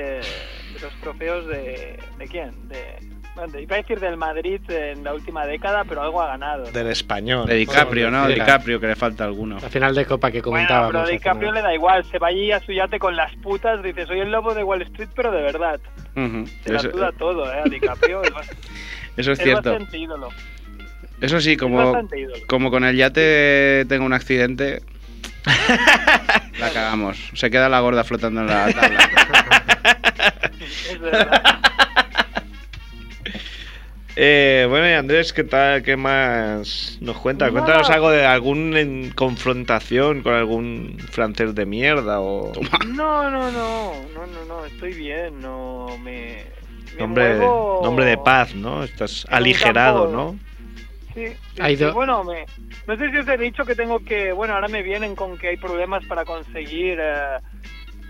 de los trofeos de. ¿De quién? De, bueno, de- iba a decir del Madrid en la última década, pero algo ha ganado. ¿no?
Del español.
De DiCaprio, ¿no?
Sí.
DiCaprio, que le falta alguno.
La final de copa que
Bueno,
comentábamos.
pero a
al
DiCaprio le
final.
da igual, se va allí a su yate con las putas, dice, soy el lobo de Wall Street, pero de verdad.
Ujú.
Se la
Eso,
suda todo, ¿eh? A DiCaprio es, bas-
eso es
es
cierto.
bastante ídolo. es
Eso sí, como,
bastante ídolo.
como con el yate tengo un accidente, la cagamos. Se queda la gorda flotando en la tabla.
Es verdad.
Eh, bueno, y Andrés, ¿qué tal? ¿Qué más nos cuenta?
Nada.
Cuéntanos algo de alguna confrontación con algún francés de mierda o...
No, no, no, no, no, no, estoy bien, no me... me
Nombre,
muevo-
nombre de paz, ¿no? Estás
en un
aligerado,
campo-
¿no?
Sí, sí,
Ha ido-
sí, bueno, me- no sé si os he dicho que tengo que, bueno, ahora me vienen con que hay problemas para conseguir eh,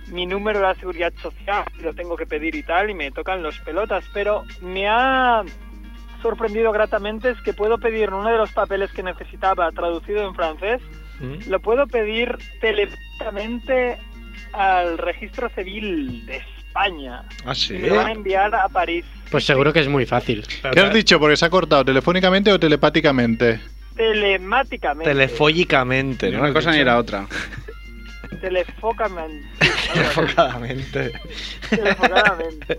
mi número de la seguridad social, lo tengo que pedir y tal, y me tocan los pelotas, pero me ha sorprendido gratamente es que puedo pedir uno de los papeles que necesitaba traducido en francés,
Mm.
lo puedo pedir telefónicamente al registro civil de España.
Ah, sí.
Y me lo van a enviar a París
Pues seguro que es muy fácil.
¿Qué has dicho? ¿Porque se ha cortado telefónicamente o telepáticamente?
telemáticamente.
Telefónicamente,
Ni
¿no?
una cosa ni la otra.
Telefocaman.
Enfocadamente.
Telefocadamente.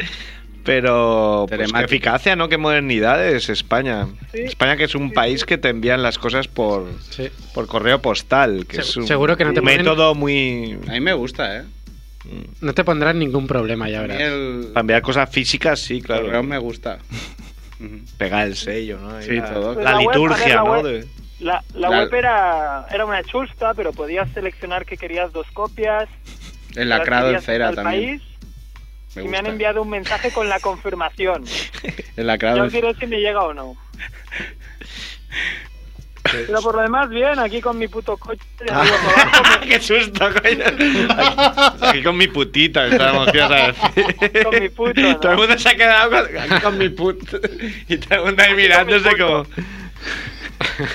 Pero pues, qué
Telemático.
eficacia, ¿no? Qué modernidad es España.
Sí.
España que es un
Sí,
país que te envían las cosas por,
Sí.
por correo postal, que
Se-
es un
seguro que no te ponen-
método muy...
A mí me gusta, ¿eh?
No te pondrán ningún problema, ya
A mí
verás.
el
Para enviar cosas físicas, sí,
correo
claro.
me gusta. Ujú.
Pegar el sello, ¿no? Ahí
Sí,
la,
todo.
La,
Pues La web, poner
liturgia,
la
¿no?
web.
De-
La, la
La-
web era, era una chusta, pero podías seleccionar que querías dos copias.
El lacrado en
del
cera también.
País,
Me
y me han
gusta.
enviado un mensaje con la confirmación.
El lacrado
Yo
en
quiero si me llega o no. Pero por lo demás, bien, aquí con mi puto coche. de
Ah.
arriba para abajo,
¡Qué susto, coño! Aquí, aquí con mi putita, estábamos, ¿qué ibas a decir?
Con mi puto, ¿no?
Todo el mundo se ha quedado con, aquí con mi puto. Y todo el mundo ahí mirándose como...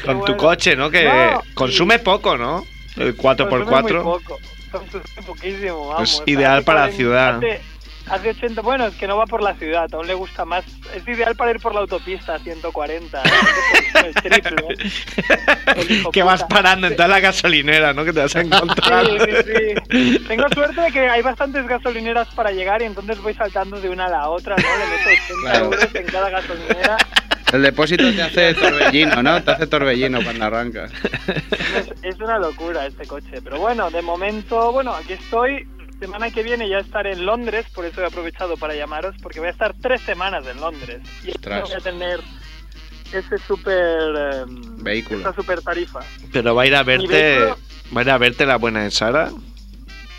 Con tu
bueno.
coche, ¿no? Que
No,
consume poco, ¿no? El 4x4.
Consume muy poco, consume poquísimo, vamos.
Es ideal
Hace
para la
40
ciudad.
Hace, hace 80, bueno, es que no va por la ciudad, aún le gusta más. Es ideal para ir por la autopista, 140. ¿eh? el triple. ¿eh? El hijo
que
puta.
vas parando en toda la gasolinera, ¿no? Que te vas a encontrar.
Sí, sí, sí. Tengo suerte de que hay bastantes gasolineras para llegar y entonces voy saltando de una a la otra, ¿no? Le meto 80
Claro.
euros en cada gasolinera.
El depósito te hace torbellino, ¿no? Te hace torbellino cuando arrancas.
Es, es una locura este coche, pero bueno, de momento, bueno, aquí estoy. Semana que viene ya estaré en Londres, por eso he aprovechado para llamaros, porque voy a estar tres semanas en Londres. Y ahí
Ostras.
voy a tener ese super... em,
Vehículo.
Esa super tarifa.
Pero va a ir a verte.
vehículo-
Va a ir a verte la buena de Sara.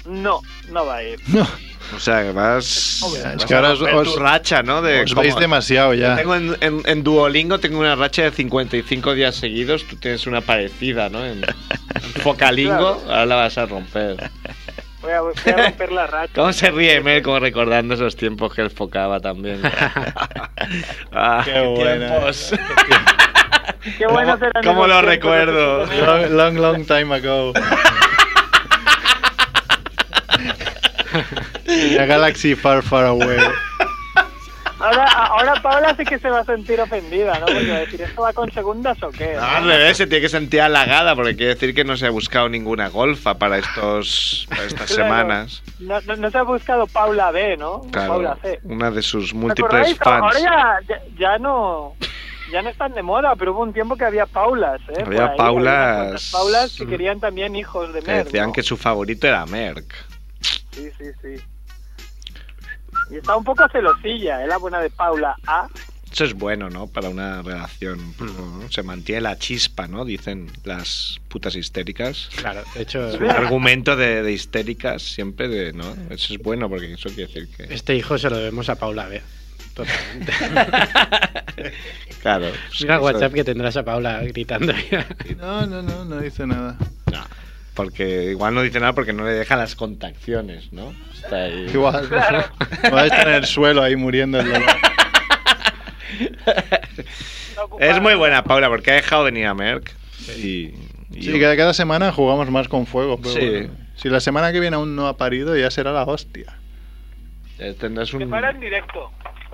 No, no va a ir.
No,
O sea, que vas.
es
vas
que
a
ahora os,
romper
os-
tu racha, ¿no? De
os
cómo-
veis demasiado ya.
Tengo en, en- en Duolingo tengo una racha de 55 días seguidos. Tú tienes una parecida, ¿no? En, en Focalingo. Ahora la vas a romper.
Voy a, voy a romper la racha.
¿Cómo se ríe Mel? Como recordando esos tiempos que él focaba también. Ah,
Qué buena.
tiempos.
Qué bueno
¿Cómo- cómo lo recuerdo?
Long, long, long time ago. In a galaxy far, far away.
Ahora, ahora Paula sí que se va a sentir ofendida, ¿no? Porque va a decir, ¿esto va con segundas o qué?
No, al revés, se tiene que sentir halagada porque quiere decir que no se ha buscado ninguna golfa para, estos, para estas
Claro.
semanas.
No, no, no se ha buscado Paula B, ¿no? Paula
Claro,
C.
una de sus
¿Os
múltiples
acordáis? Ahora
fans.
ya, ya, ya no ya no están de moda, pero hubo un tiempo que había Paulas, ¿eh? Por
Había
ahí,
Paulas. Mm.
unas cuantas Paulas que querían también hijos de
Que
Merck,
decían
¿no?
que su favorito era Merck.
Sí, sí, sí. Y está un poco celosilla, ¿eh? La buena de Paula A.
Eso es bueno, ¿no? Para una relación. un poco, ¿no? Se mantiene la chispa, ¿no? Dicen las putas histéricas.
Claro, de hecho,
Es un argumento de, de histéricas siempre, de, ¿no? Eso es bueno porque eso quiere decir que.
este hijo se lo debemos a Paula B. Totalmente.
Claro. pues,
Mira el
eso-
WhatsApp que tendrás a Paula gritando.
No, no, no, no dice nada.
No, porque igual no dice nada porque no le deja las contacciones, ¿no? Está ahí.
Igual. Va a estar en el suelo ahí muriendo el dolor.
Está ocupada.
Es muy buena Paula porque ha dejado de venir a Merck. Y, y-
Sí, cada, cada semana jugamos más con fuego. pero
Sí.
bueno. Si la semana que viene aún no ha parido, ya será la hostia.
eh, tendrás
Que
un...
fuera en directo.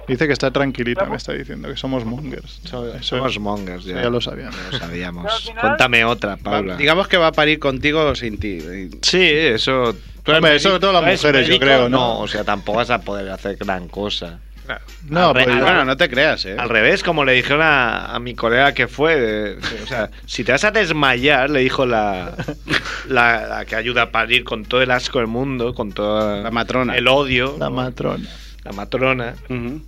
Dice que está tranquilita, me está diciendo que somos mongers.
so-
Eso
Somos mongers, ya.
ya lo sabíamos.
Ya lo sabíamos.
Pero al final-
Cuéntame otra, Paula.
Va- digamos que va a parir contigo o sin ti.
Sí, eso... tú eres
Hombre, eso
médico-
todas las
¿tú eres
mujeres, yo
médico?
creo, ¿no?
o sea, tampoco vas a poder hacer gran cosa.
No,
Arre-
pero
arre-
Bueno, no te creas, ¿eh?
Al revés, como le dijeron a, a mi colega que fue, de- o sea, si te vas a desmayar, le dijo la, la, la que ayuda a parir con todo el asco del mundo, con todo
La matrona.
el odio,
la matrona.
la matrona,
Ujú.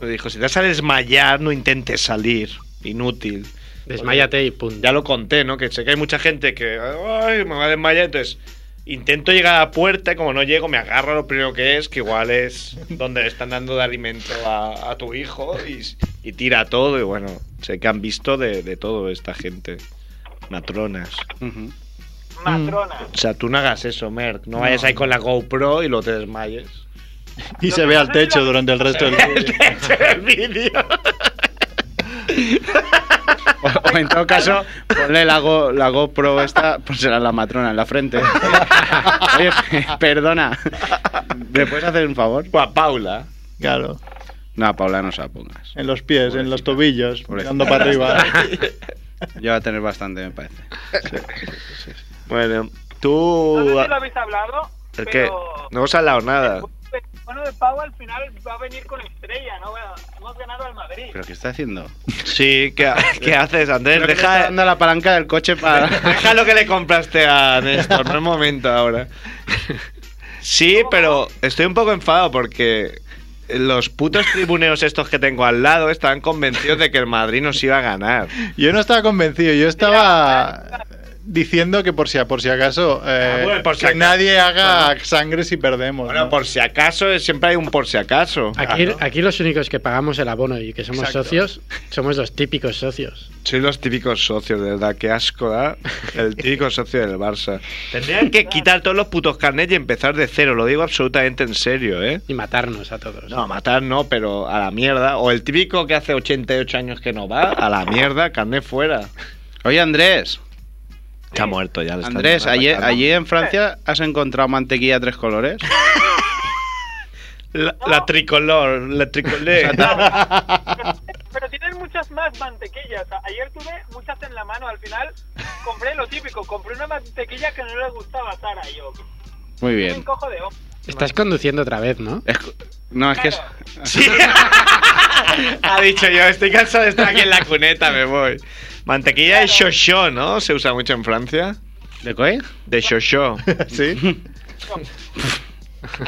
le dijo, si te vas a desmayar, no intentes salir, inútil.
Desmáyate y punto.
Ya lo conté, ¿no? Que sé que hay mucha gente que, ay, me va a desmayar, entonces intento llegar a la puerta y como no llego me agarro a lo primero que es, que igual es donde le están dando de alimento a, a tu hijo y, y tira todo y bueno, sé que han visto de, de todo esta gente. Matronas.
Ujú.
Mm.
Matrona.
O sea, tú no hagas eso, Merck. No vayas ahí con la GoPro y lo te desmayes.
Y se ve al techo durante el resto del vídeo.
el vídeo.
O, o en todo caso, ponle la, Go- la GoPro esta, pues será la matrona en la frente. Oye, perdona, ¿me puedes hacer un favor?
O a Paula.
Claro,
No, Paula, no se la pongas.
en los pies, en los tobillos,
Pobrecita.
mirando para arriba.
Ya va a tener bastante, me parece.
Bueno, Tú.
No sé si lo habéis hablado,
¿El qué?
pero...
No os ha hablado nada.
Bueno, de Pau al final va a venir con estrella, ¿no? Bueno, Hemos ganado al Madrid.
¿Pero qué está haciendo?
Sí, ¿qué, qué haces, Andrés?
Creo que le está
Deja,
dando la palanca del coche para...
deja lo que le compraste a Néstor, no es momento ahora. Sí, pero estoy un poco enfadado porque los putos tribuneos estos que tengo al lado estaban convencidos de que el Madrid nos iba a ganar.
Yo no estaba convencido, yo estaba diciendo que por si, por si acaso eh,
Ah, bueno, por si
que
acaso.
nadie haga sangre si perdemos.
Bueno,
¿no?
por si acaso, siempre hay un por si acaso.
Aquí, aquí los únicos que pagamos el abono y que somos
Exacto.
socios somos los típicos socios.
Soy los típicos socios, de verdad, qué asco da el típico socio del Barça. Tendrían que quitar todos los putos carnets y empezar de cero, lo digo absolutamente en serio, ¿eh?
Y matarnos a todos.
Pues No, a matar no, pero a la mierda. O el típico que hace 88 años que no va, a la mierda, carnet fuera.
Oye, Andrés.
Está muerto ya. le están
Andrés,
atacando.
allí, allí en Francia has encontrado mantequilla de tres colores.
La, la tricolor, la tricolor.
Pero tienen muchas más mantequillas. Ayer tuve muchas en la mano. Al final compré lo típico. Compré una mantequilla que no le gustaba a Sara. y Yo
Muy
me
bien.
encojo de hombro.
Estás conduciendo otra vez, ¿no?
Es- no, es que... es-
Sí. ha dicho yo, estoy cansado de estar aquí en la cuneta, me voy. Mantequilla de chocho, ¿no? Se usa mucho en Francia.
¿De qué?
De chocho.
¿Sí?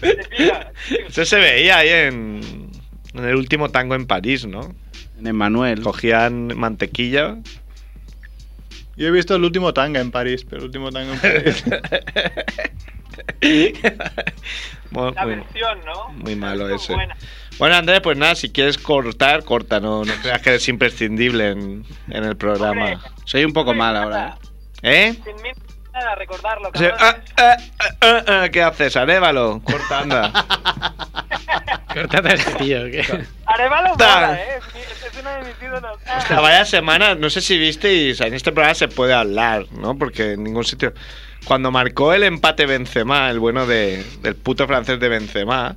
De- de- de vida.
Eso se veía ahí en, en el último tango en París, ¿no?
En Emanuel.
Cogían mantequilla.
Yo he visto el último tanga en París, pero el último tanga en París.
Muy-
La
muy-
versión, ¿no?
Muy malo
Es
ese.
buena.
Bueno, Andrés, pues nada, si quieres cortar, corta, no, no creas que eres imprescindible en, en el programa.
Soy un poco mal ahora. ¿eh?
¿Eh?
Sin mí nada, recordarlo.
O sea,
cabrones.
ah, ah, ah, ah, ah, ¿Qué haces? Arévalo, corta, anda.
Cortate a este tío. que-
Arevalo
Ta-
mola, ¿eh? Es mi- Es es uno de mis ídolos. Ah,
ah, O sea, vaya semana, no sé si visteis, en este programa se puede hablar, ¿no? Porque en ningún sitio. Cuando marcó el empate Benzema, el bueno de, del puto francés de Benzema,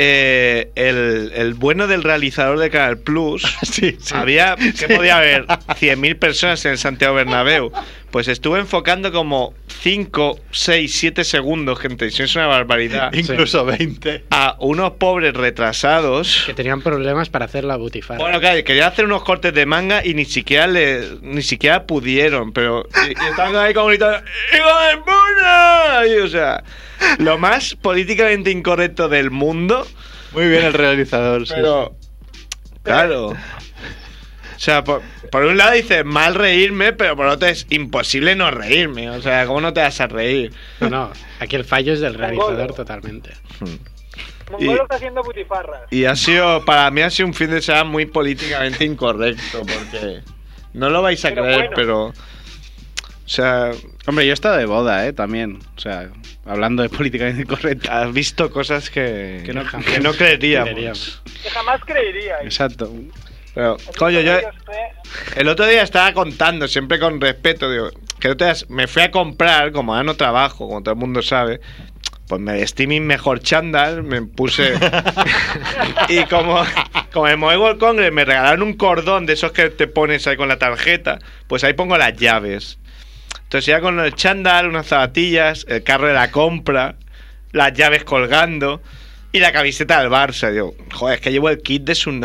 eh, el, el bueno del realizador de Canal Plus, había, que podía haber? 100.000 personas en el Santiago Bernabéu. Pues estuve enfocando como 5, 6, 7 segundos, gente, y eso es una barbaridad,
Incluso 20.
a unos pobres retrasados.
que tenían problemas para hacer la butifarra.
Bueno, claro, quería hacer unos cortes de manga y ni siquiera le, ni siquiera pudieron, pero y, y estaban ahí como gritando ¡Hijo de puta! Y, o sea, lo más políticamente incorrecto del mundo,
Muy bien el realizador, sí.
pero claro. O sea, por, por un lado dices mal reírme, pero por otro es imposible no reírme. O sea, ¿cómo no te vas a reír?
No, no, aquí el fallo es del realizador totalmente.
Mongolo está haciendo butifarras.
Y ha sido, para mí ha sido un fin de semana muy políticamente incorrecto, porque no lo vais a
Pero
creer,
bueno.
pero... O sea,
Hombre, yo he estado de boda, ¿eh? También. O sea, hablando de política incorrecta.
has visto cosas que,
Que no-
que no creeríamos.
Creeríamos.
Que jamás creería.
Exacto.
Pero, coño, yo
Dios, eh.
el otro día estaba contando, siempre con respeto, digo, que el otro día me fui a comprar, como ahora no trabajo, como todo el mundo sabe, pues me vestí mi mejor chándal, me puse... y como, como en el World Congress me regalaron un cordón de esos que te pones ahí con la tarjeta, pues ahí pongo las llaves. Entonces ya con el chándal, unas zapatillas, el carro de la compra, las llaves colgando y la camiseta del Barça. Digo, joder, es que llevo el kit de su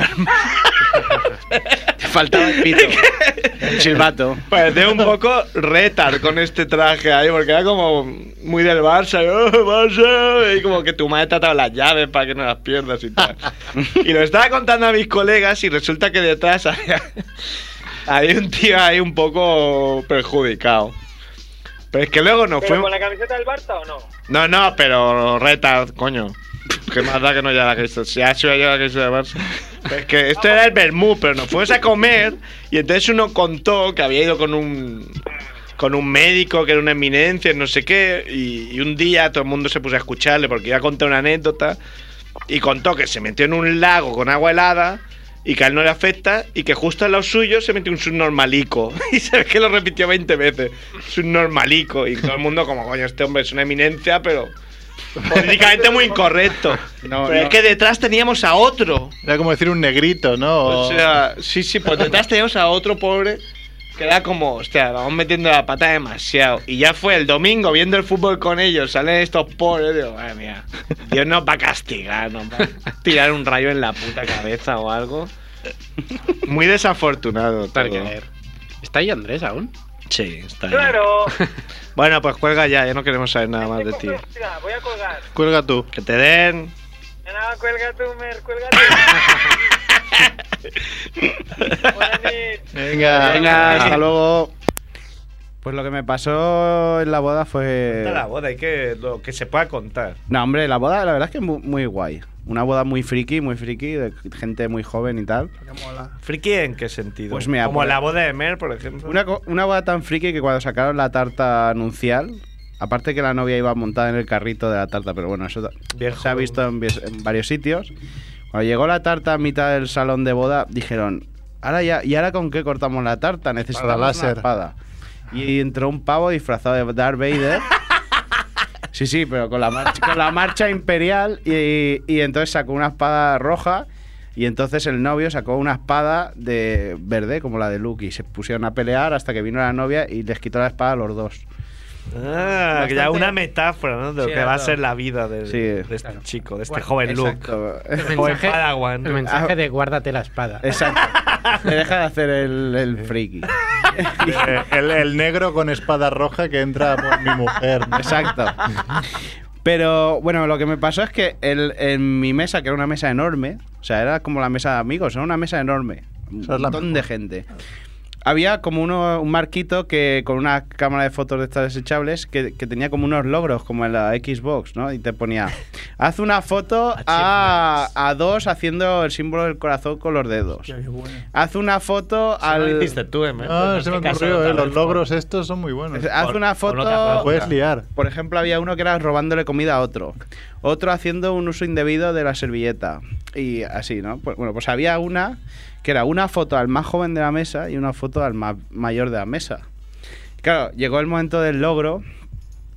Faltaba el pito. El silbato.
Parecía Pues un poco retard con este traje ahí, porque era como muy del Barça, y, "Oh, Barça", y como que tu madre te ha dado las llaves para que no las pierdas y tal. Y lo estaba contando a mis colegas y resulta que detrás había, había un tío ahí un poco perjudicado. Pero es que luego nos
¿Pero
fuimos...
con la camiseta del Barça o no?
No, no, pero retard, coño. Qué más da que no haya la que hizo. Si ha sido yo la que hizo de Barça. Pero es que esto era el Bermú, pero nos fuimos a comer y entonces uno contó que había ido con un con un médico que era una eminencia, no sé qué, y, y un día todo el mundo se puso a escucharle porque iba a contar una anécdota y contó que se metió en un lago con agua helada y que a él no le afecta y que justo al lado suyo se metió un subnormalico. Y sabes que lo repitió 20 veces. Subnormalico. Y todo el mundo como, coño, este hombre es una eminencia, pero políticamente muy incorrecto.
No,
pero
no.
es que detrás teníamos a otro.
Era como decir un negrito, ¿no?
O sea, sí, sí, pues detrás teníamos a otro pobre que era como, hostia, vamos metiendo la pata demasiado. Y ya fue el domingo viendo el fútbol con ellos, salen estos pobres, digo, madre mía, Dios nos va a castigar, nos va a tirar un rayo en la puta cabeza o algo. Muy desafortunado
Tal que
todo.
ver. ¿Está ahí Andrés aún?
Sí, está bien.
Claro.
Bueno, pues cuelga ya, ya no queremos saber nada más de ti.
Mira, voy a colgar.
Cuelga tú.
Que te den.
No, cuelga tú, Mer, cuelga tú. Buena nit.
Venga,
Venga,
hasta
hasta luego.
luego. Pues lo que me pasó en la boda fue.
La boda, hay que lo que se pueda contar.
No, hombre, la boda, la verdad es que mu- muy, guay. Una boda muy friki, muy friki, de gente muy joven y tal.
¿Friki en qué sentido?
Pues mira,
Como
por-
la boda de Mer, por ejemplo.
Una, co- una boda tan friki que cuando sacaron la tarta anuncial, aparte que la novia iba montada en el carrito de la tarta, pero bueno, eso ta-
Bien
se ha
joven.
visto en, vies- en varios sitios. Cuando llegó la tarta a mitad del salón de boda, dijeron, ahora ya, ¿y ahora con qué cortamos la tarta? Necesitamos
láser.
una espada. Y entró un pavo disfrazado de Darth Vader. Sí, sí, pero con la marcha, con la marcha imperial y, y entonces sacó una espada roja y entonces el novio sacó una espada de verde como la de Luke y se pusieron a pelear hasta que vino la novia y les quitó la espada a los dos.
Ah, que ya una metáfora, ¿no? De lo
Sí,
que va a
claro.
ser la vida del-
Sí.
de este
Claro.
chico, de este
Bueno,
joven Luke.
exacto. El
Joven
mensaje,
Padawan.
el mensaje de guárdate la espada.
Exacto. Me deja de hacer el, el friki.
Eh, el, el negro con espada roja que entra por mi mujer. ¿no?
Exacto. Pero bueno, lo que me pasó es que el- en mi mesa, que era una mesa enorme, o sea, era como la mesa de amigos, era una mesa enorme, un
Esa es la
montón
mejor.
de gente. Había como uno, un marquito que con una cámara de fotos de estas desechables que, que tenía como unos logros, como en la Xbox, ¿no? Y te ponía, haz una foto
Ah,
a, a dos haciendo el símbolo del corazón con los dedos. Haz una foto
Al...
al...
hiciste tú, Emer.
Ah, se me ocurrió, eh,
Tal
los
vez
logros estos son muy buenos.
Haz una
con
foto... Pues,
otra
La puedes liar.
Por ejemplo, había uno que era robándole comida a otro, otro haciendo un uso indebido de la servilleta y así, ¿no? Pues, bueno, pues había una que era una foto al más joven de la mesa y una foto al más mayor de la mesa. Claro, llegó el momento del logro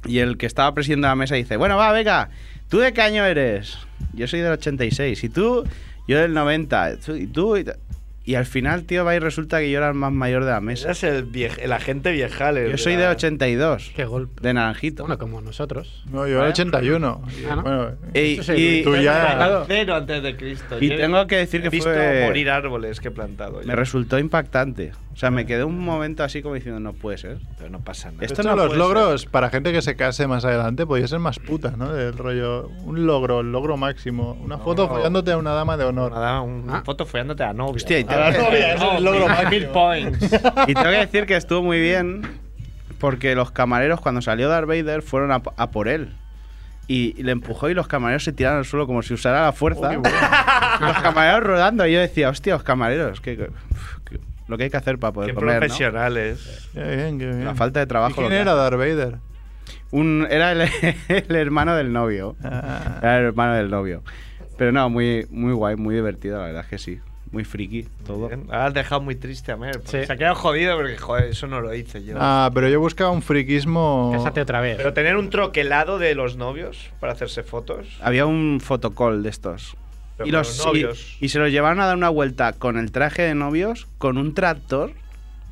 y el que estaba presidiendo la mesa dice, bueno, va, venga, ¿tú de qué año eres? Yo soy del 86 y tú, yo del 90 tú- y tú... Y, t- y al final, tío, va y resulta que yo era el más mayor de la mesa.
Eras el, vieje, el agente viejal. el
Yo soy
la-
de 82,
Qué golpe.
de naranjito.
Bueno, como nosotros.
No, yo era 81. Y,
Ah, ¿no?
Bueno,
Ey,
Eso sí,
y-
tú ya.
Cero antes de Cristo.
Y
Yo
tengo que decir
he
que
visto
fue-
morir árboles que he plantado. yo.
Me resultó impactante. O sea, me quedé un momento así como diciendo, no puede ser.
Pero no pasa nada.
Esto
Esto
no
los
puede
logros para gente que se case más adelante podría ser más puta, ¿no? Del rollo, un logro, el logro máximo. Una foto follándote a una dama de honor.
Nada, una foto follándote a novia.
Hostia, y
A la
tengo,
novia,
que,
eso es el logro
Mil
máximo.
points.
y tengo que decir que estuvo muy bien porque los camareros cuando salió Darth Vader fueron a, a por él. Y, y le empujó y los camareros se tiraron al suelo como si usara la
Oh,
fuerza. los camareros rodando. Y yo decía, hostia, los camareros, que, que- que- lo que hay que hacer para poder
Qué
comer, Pues, ¿no?".
profesionales.
Qué bien, qué bien.
La falta de
¿Y
trabajo.
quién
lo que
era
hace.
Darth Vader?
Un, era el, el hermano del novio.
Ah.
Era el hermano del novio. Pero no, muy, muy guay, muy divertido, la verdad es que sí. Muy friki todo.
Bien. Ahora has dejado muy triste a Mer. porque
Sí.
Se ha quedado jodido porque, joder, eso no lo hice yo.
Ah, pero yo buscaba un friquismo.
Cásate otra vez.
Pero tener un troquelado de los novios para hacerse fotos.
Había un fotocall de estos.
Pero
Ah, Y,
con
los,
los novios.
y, y se los llevaron a dar una vuelta con el traje de novios, con un tractor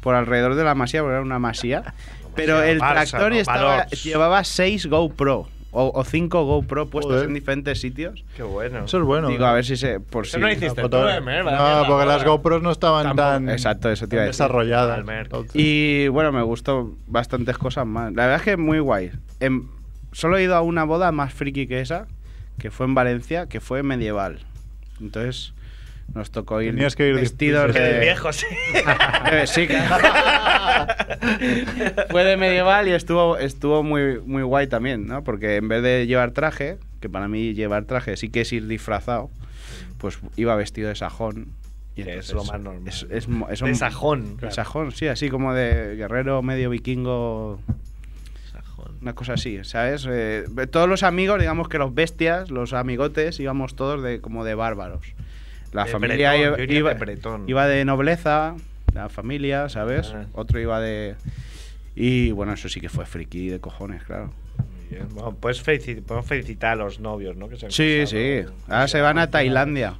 por alrededor de la masía, porque era una masía. Pero el
Barça,
tractor
no,
estaba-
Valox.
llevaba seis GoPro o, o cinco GoPro puestos
Joder.
en diferentes sitios.
Qué bueno.
Eso es bueno.
Digo, a ver si se. Por
Eso
si-
no hiciste
Foto-
tú, eh, Mer, vas a hacer
No,
la
porque
boda.
las GoPros no estaban
Tampoco.
tan,
Exacto, eso te iba
tan
a decir.
desarrolladas.
Al Merck.
Entonces-
Y bueno, me gustó bastantes cosas más. La verdad es que muy guay. Em, solo he ido a una boda más friki que esa, que fue en Valencia, que fue medieval. Entonces nos tocó ir
Tenías que ir "Eh,
vestidos
disfrazados.
de...
El viejo, sí.
Eh, sí, que- fue de medieval y estuvo, estuvo muy, muy guay también, ¿no? Porque en vez de llevar traje, que para mí llevar traje sí que es ir disfrazado, pues iba vestido de sajón. Y
Que es
entonces
lo más normal.
es- es mo- es
De
un-
sajón.
el sajón, sí, así como de guerrero medio vikingo,
Sajón.
una cosa así, ¿sabes? Eh, todos los amigos, digamos que los bestias, los amigotes, íbamos todos de como de bárbaros. La
De
familia
bretón,
iba,
yo iría
iba-
de bretón.
iba de nobleza, la familia, ¿sabes?
Ah.
Otro iba de... Y bueno, eso sí que fue friki de cojones, claro.
Muy bien. Bueno, pues felici- podemos felicitar a los novios, ¿no? Que se han
Sí, Ah,
casado.
sí. Ahora se van a Tailandia.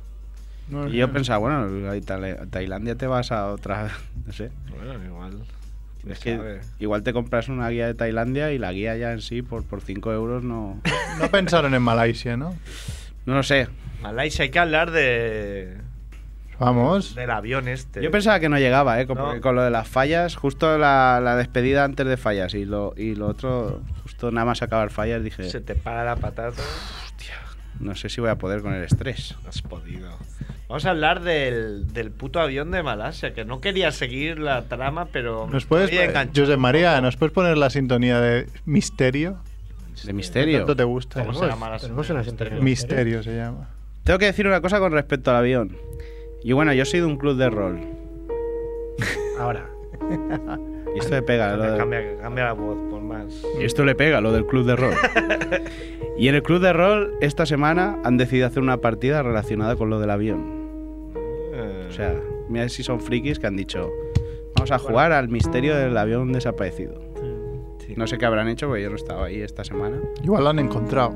No,
Y yo
no.
pensaba, bueno, a Itali- Tailandia te vas a otra, no sé.
Bueno, igual.
Es que
sabe.
igual te compras una guía de Tailandia y la guía ya en sí por 5 euros no...
No pensaron en Malaisia, ¿no?
No lo sé.
Malaisia, hay que hablar de.
Vamos.
del avión este.
Yo pensaba que no llegaba, ¿eh? Con,
No.
con lo de las fallas, justo la, la despedida antes de fallas y lo, y lo otro, justo nada más acabar fallas dije,
Se te para la patata.
no sé si voy a poder con el estrés.
No has podido. Vamos a hablar del, del puto avión de Malasia, que no quería seguir la trama, pero.
¿Nos puedes,
me enganchó.
José María, ¿nos puedes poner la sintonía de Misterio?
De
¿Qué
misterio.
tanto te gusta?
¿Cómo se llama la
Tenemos una sintonía.
Misterio se llama.
Tengo que decir una cosa con respecto al avión. Y bueno, yo soy de un club de rol.
Ahora.
Y esto le pega, lo de-
Cambia, cambia la voz, por más.
y esto le pega, lo del club de rol. y en el club de rol, esta semana han decidido hacer una partida relacionada con lo del avión.
Eh.
O sea, mira si son frikis que han dicho, vamos a jugar al misterio del avión desaparecido. No sé qué habrán hecho, porque yo no estaba ahí esta semana.
Igual lo han encontrado.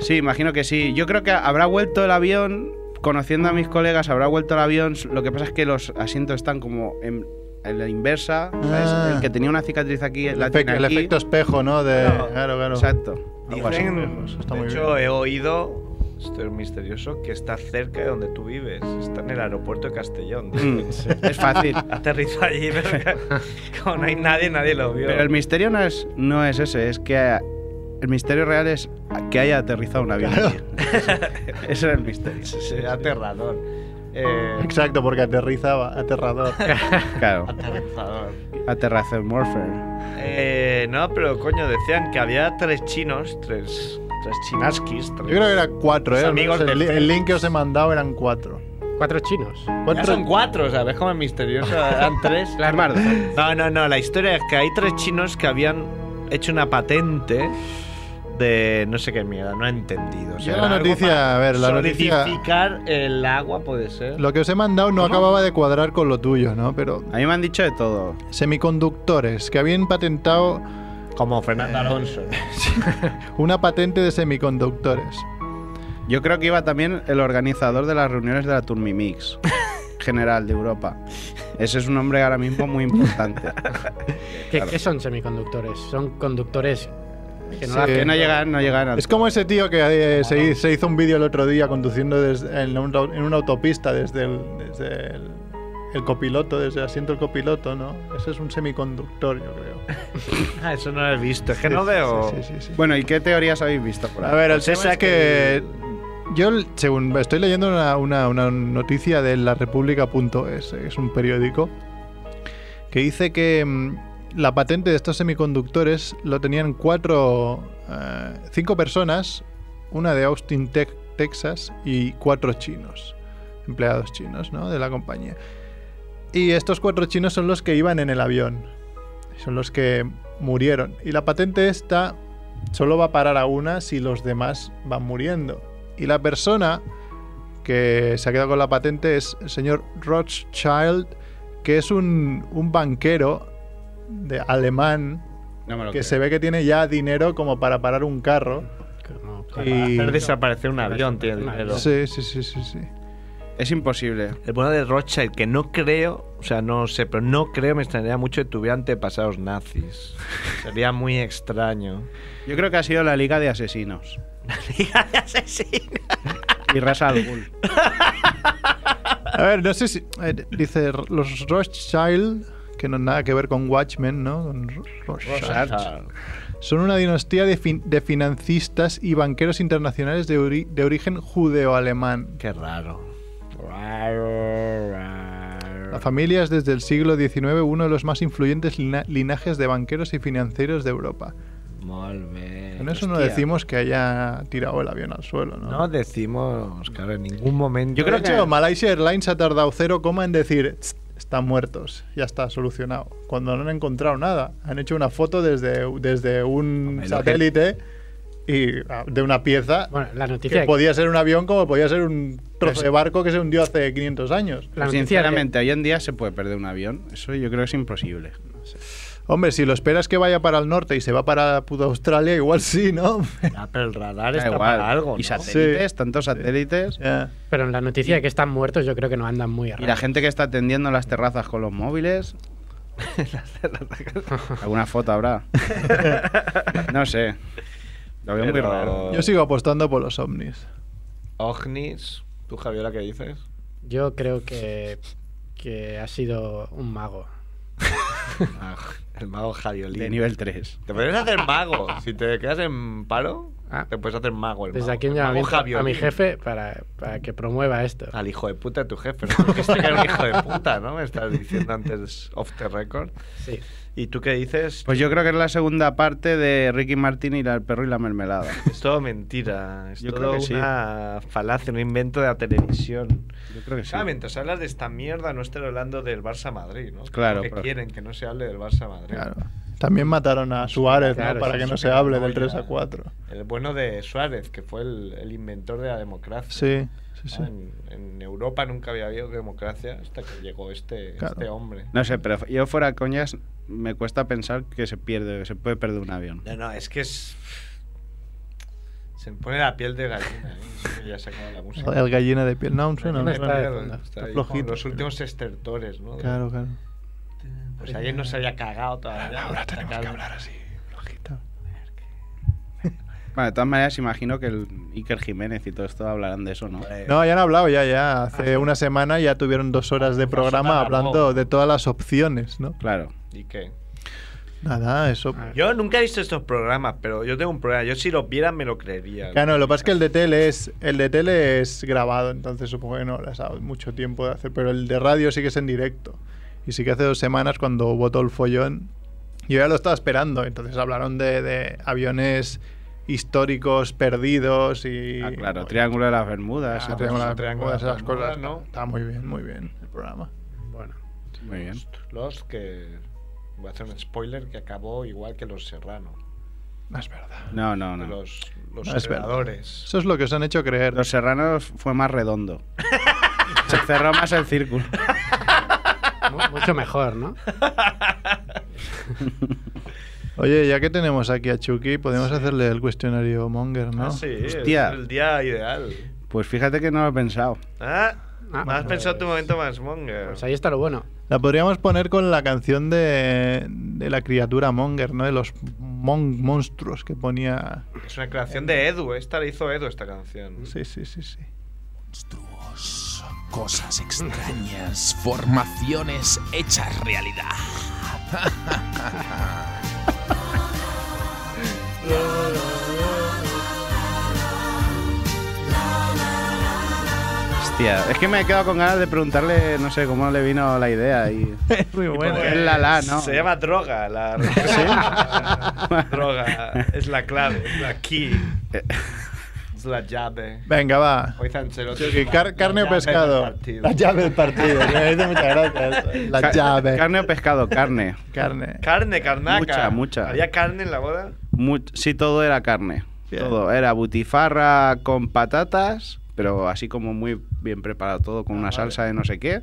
Sí, imagino que sí. Yo creo que habrá vuelto el avión, conociendo a mis colegas, habrá vuelto el avión. Lo que pasa es que los asientos están como en, en la inversa. ¿sabes?
Ah.
El que tenía una cicatriz aquí,
El,
la
efe-
tiene
el
aquí.
efecto espejo, ¿no? De,
Claro.
claro, claro.
Exacto.
Algo así,
Dicen-
eso está
de
muy
hecho,
bien.
he oído, esto es misterioso, que está cerca de donde tú vives. Está en el aeropuerto de Castellón.
Mm,
dicen.
Es fácil.
Aterriza allí, pero como no hay nadie, nadie lo vio.
Pero el misterio no es, no es ese, es que el misterio real es que haya aterrizado un avión. aquí. Ese era el misterio.
Será aterrador. Eh,
Exacto, porque aterrizaba, aterrador.
Claro.
aterrador.
Aterrazo Morpher.
Eh, no, pero coño, decían que había tres chinos, tres, tres chinaskis.
Yo
tres-
creo que eran cuatro, ¿eh?
Los amigos
el,
de-
li- el link que os he mandado eran cuatro.
Cuatro chinos.
Ya
Cuatro-
son cuatro, ¿sabes? Como es misterioso. Eran tres.
Armardo.
No, no, no. La historia es que hay tres chinos que habían hecho una patente de no sé qué mierda. No he entendido. O sea,
Yo la
Pues era algo
noticia,
para
a ver, la noticia-
Solidificar el agua puede ser.
Lo que os he mandado no acababa de cuadrar con lo tuyo, ¿no? Pero
A mí me han dicho de todo.
semiconductores, que habían patentado Eh,
Como Fernando Alonso.
una patente de semiconductores.
Yo creo que iba también el organizador de las reuniones de la Turmimix, general de Europa. Ese es un hombre ahora mismo muy importante.
¿Qué, qué son semiconductores? Son conductores que no
Sí.
la-
Que no llegan, no llegan. a-
Es como ese tío que eh, se, hi- se hizo un vídeo el otro día conduciendo desde- en, un au- en una autopista desde, el, desde el, el copiloto, desde el asiento del copiloto, ¿no? Ese es un semiconductor, yo creo.
Ah, eso no lo he visto. Es que
Sí,
no
sí,
veo.
sí, sí, sí, sí.
Bueno, ¿y qué teorías habéis visto por ahí?
A ver, el
Pues tema
tema es
es que-
que yo, según estoy leyendo una, una- una noticia de la República.es, es un periódico, que dice que mm, la patente de estos semiconductores lo tenían cuatro, eh, cinco personas, una de Austin, Tec- Texas, y cuatro chinos, empleados chinos, ¿no? De la compañía. Y estos cuatro chinos son los que iban en el avión, son los que murieron. Y la patente está solo va a parar a una si los demás van muriendo. Y la persona que se ha quedado con la patente es el señor Rothschild, que es un, un banquero de alemán
No me lo
que
creo.
se ve que tiene ya dinero como para parar un carro.
Como-
Y-
Hacer desaparecer un avión, tío. dinero.
Sí, sí, sí, sí, sí.
Es imposible.
El bueno de Rothschild, que no creo, o sea, no sé, pero no creo, me extrañaría mucho que tuviera antepasados nazis. Sería muy extraño.
Yo creo que ha sido la Liga de Asesinos.
Liga de asesinos.
Y Ras Al Ghul.
A ver, no sé si... eh, dice los Rothschild, que no nada que ver con Watchmen, ¿no? Con Ro- Rothschild. Son una dinastía de, fin- de financistas y banqueros internacionales de, ori- de origen judeo-alemán.
Qué raro. Raro, raro.
La familia es desde el siglo XIX uno de los más influyentes lina- linajes de banqueros y financieros de Europa.
Molt bé.
Con eso no
Eh, hostia.
decimos que haya tirado el avión al suelo, ¿no?
No decimos, claro, en ningún momento.
Yo creo que Malaysia Airlines ha tardado cero coma en decir "Tss, están muertos, ya está solucionado. Cuando no han encontrado nada, han hecho una foto desde, desde un
Hombre, lo que-
satélite y ah, de una pieza
Bueno, la noticia.
que podía ser un avión como podía ser un trozo de barco que se hundió hace 500 años.
la noticia
Sinceramente, hoy en día se puede perder un avión. Eso yo creo que es imposible.
Hombre, si lo esperas que vaya para el norte y se va para puta Australia, igual sí, ¿no?
Ah, pero el radar
Da
está
igual.
para algo.
Y
¿no?
satélites, tantos satélites.
Ya.
Pero en la noticia de que están muertos, yo creo que no andan muy
Y
errados.
la gente que está atendiendo las terrazas con los móviles. Alguna foto habrá. No sé. Lo veo muy
Pero-
raro.
Yo sigo apostando por los ovnis.
OVNIs. ¿Tú, Javiola, qué dices?
Yo creo que, que ha sido un mago.
Ah, el mago Javiolín.
De nivel 3.
Te podrías hacer mago. Si te quedas en paro,
Ah.
te puedes hacer mago. El
Desde
mago.
aquí un
El mago
llamamiento a
Javiolín.
mi jefe para, para que promueva esto.
Al hijo de puta de tu jefe. ¿no? Dijiste que era un hijo de puta, ¿no? Me estás diciendo antes off the record.
Sí.
¿Y tú qué dices?
Pues yo creo que es la segunda parte de Ricky Martin y la- el perro y la mermelada.
Es todo mentira. Es
Yo creo
todo
que sí.
una falacia, un invento de la televisión.
Yo creo que sí.
Ah, mientras hablas de esta mierda, no estoy hablando del Barça Madrid, ¿no?
Claro,
Que
pero-
quieren que no se hable del Barça Madrid.
Claro. También mataron a Suárez, ¿no?
Claro,
Para
sí,
que
sí,
no
sí,
se hable
no,
del 3
ya.
a 4.
El bueno de Suárez, que fue el, el inventor de la democracia.
Sí, sí,
Ah,
sí.
En, en Europa nunca había habido democracia hasta que llegó este,
Claro.
este hombre.
No sé, pero yo fuera coñas, me cuesta pensar que se pierde, se puede perder un avión.
No, no, es que es. Se me pone la piel de gallina. ¿eh? Sí, Ya se acaba la música.
El gallina de piel. No,
La
suena, no
gallina
está
suena.
de
de
piel,
fondo,
está
está
ahí, como
flojito,
Los
pero-
últimos estertores, ¿no? De-
Claro, claro.
Pues ayer no se había cagado todavía.
Ahora
Está
tenemos que
calmo.
hablar así, flojito.
Bueno, de todas maneras, imagino que el Iker Jiménez y todo esto hablarán de eso, ¿no?
Eh.
No, ya han hablado, ya, ya. Hace una semana ya tuvieron dos horas de programa
semana, no.
hablando de todas las opciones, ¿no?
Claro.
¿Y qué?
Nada, eso.
Ah.
Yo nunca he visto estos programas, pero yo tengo un problema. Yo si los viera me lo creería.
Claro, lo que pasa es que el de tele es, el de tele es grabado, entonces supongo que no les ha dado mucho tiempo de hacer, pero el de radio sí que es en directo. Y sí que hace dos semanas cuando hubo todo el follón, yo ya lo estaba esperando, entonces hablaron de, de aviones históricos perdidos y...
Ah, claro, Triángulo de las Bermudas.
Ah,
¿no?
triángulo, de
Triángulo de
las
las
cosas,
Bermudas, ¿no?
¿no? Está muy bien, muy bien el programa.
Bueno,
Muy bien.
Los que. Voy a hacer un spoiler que acabó igual que Los Serrano.
No es verdad.
No, no, no.
Los, los
No, es verdad.
creadores.
Eso es lo que os han hecho creer.
Los Serranos fue más redondo. Se cerró más el círculo.
mu- mucho mejor, ¿no?
Oye, ya que tenemos aquí a Chucky, podemos hacerle el cuestionario Monger, ¿no?
Ah, sí, es
Hostia.
el día ideal.
Pues fíjate que no lo he pensado.
Ah,
Ah,
me has
pues-
pensado tu momento más monger.
Pues ahí está lo bueno.
La podríamos poner con la canción de, de la criatura Monger, ¿no? De los mon- monstruos que ponía.
es una creación de Edu, esta la hizo Edu esta canción.
Sí, sí, sí, sí.
Monstruos, cosas extrañas, formaciones hechas realidad.
Hostia, es que me he quedado con ganas de preguntarle, no sé, cómo le vino la idea. Y...
Es muy
bueno.
buena.
Es
eh.
la la, ¿no?
Pues, Se llama droga, la droga. Es la clave, es la key, es la llave.
Venga, va.
Hoy Zancelotti-
Chucky, car-
la
carne o
llave del
pescado.
partido.
La llave del partido. Me dice muchas gracias. La
Ca-
llave.
Carne o pescado, carne.
Carne.
Carne, carnaca.
Mucha, mucha.
¿Había carne en la boda?
Mu- sí, todo era carne.
Bien.
Todo. Era butifarra con patatas, pero así como muy bien preparado todo, con una salsa de no sé qué.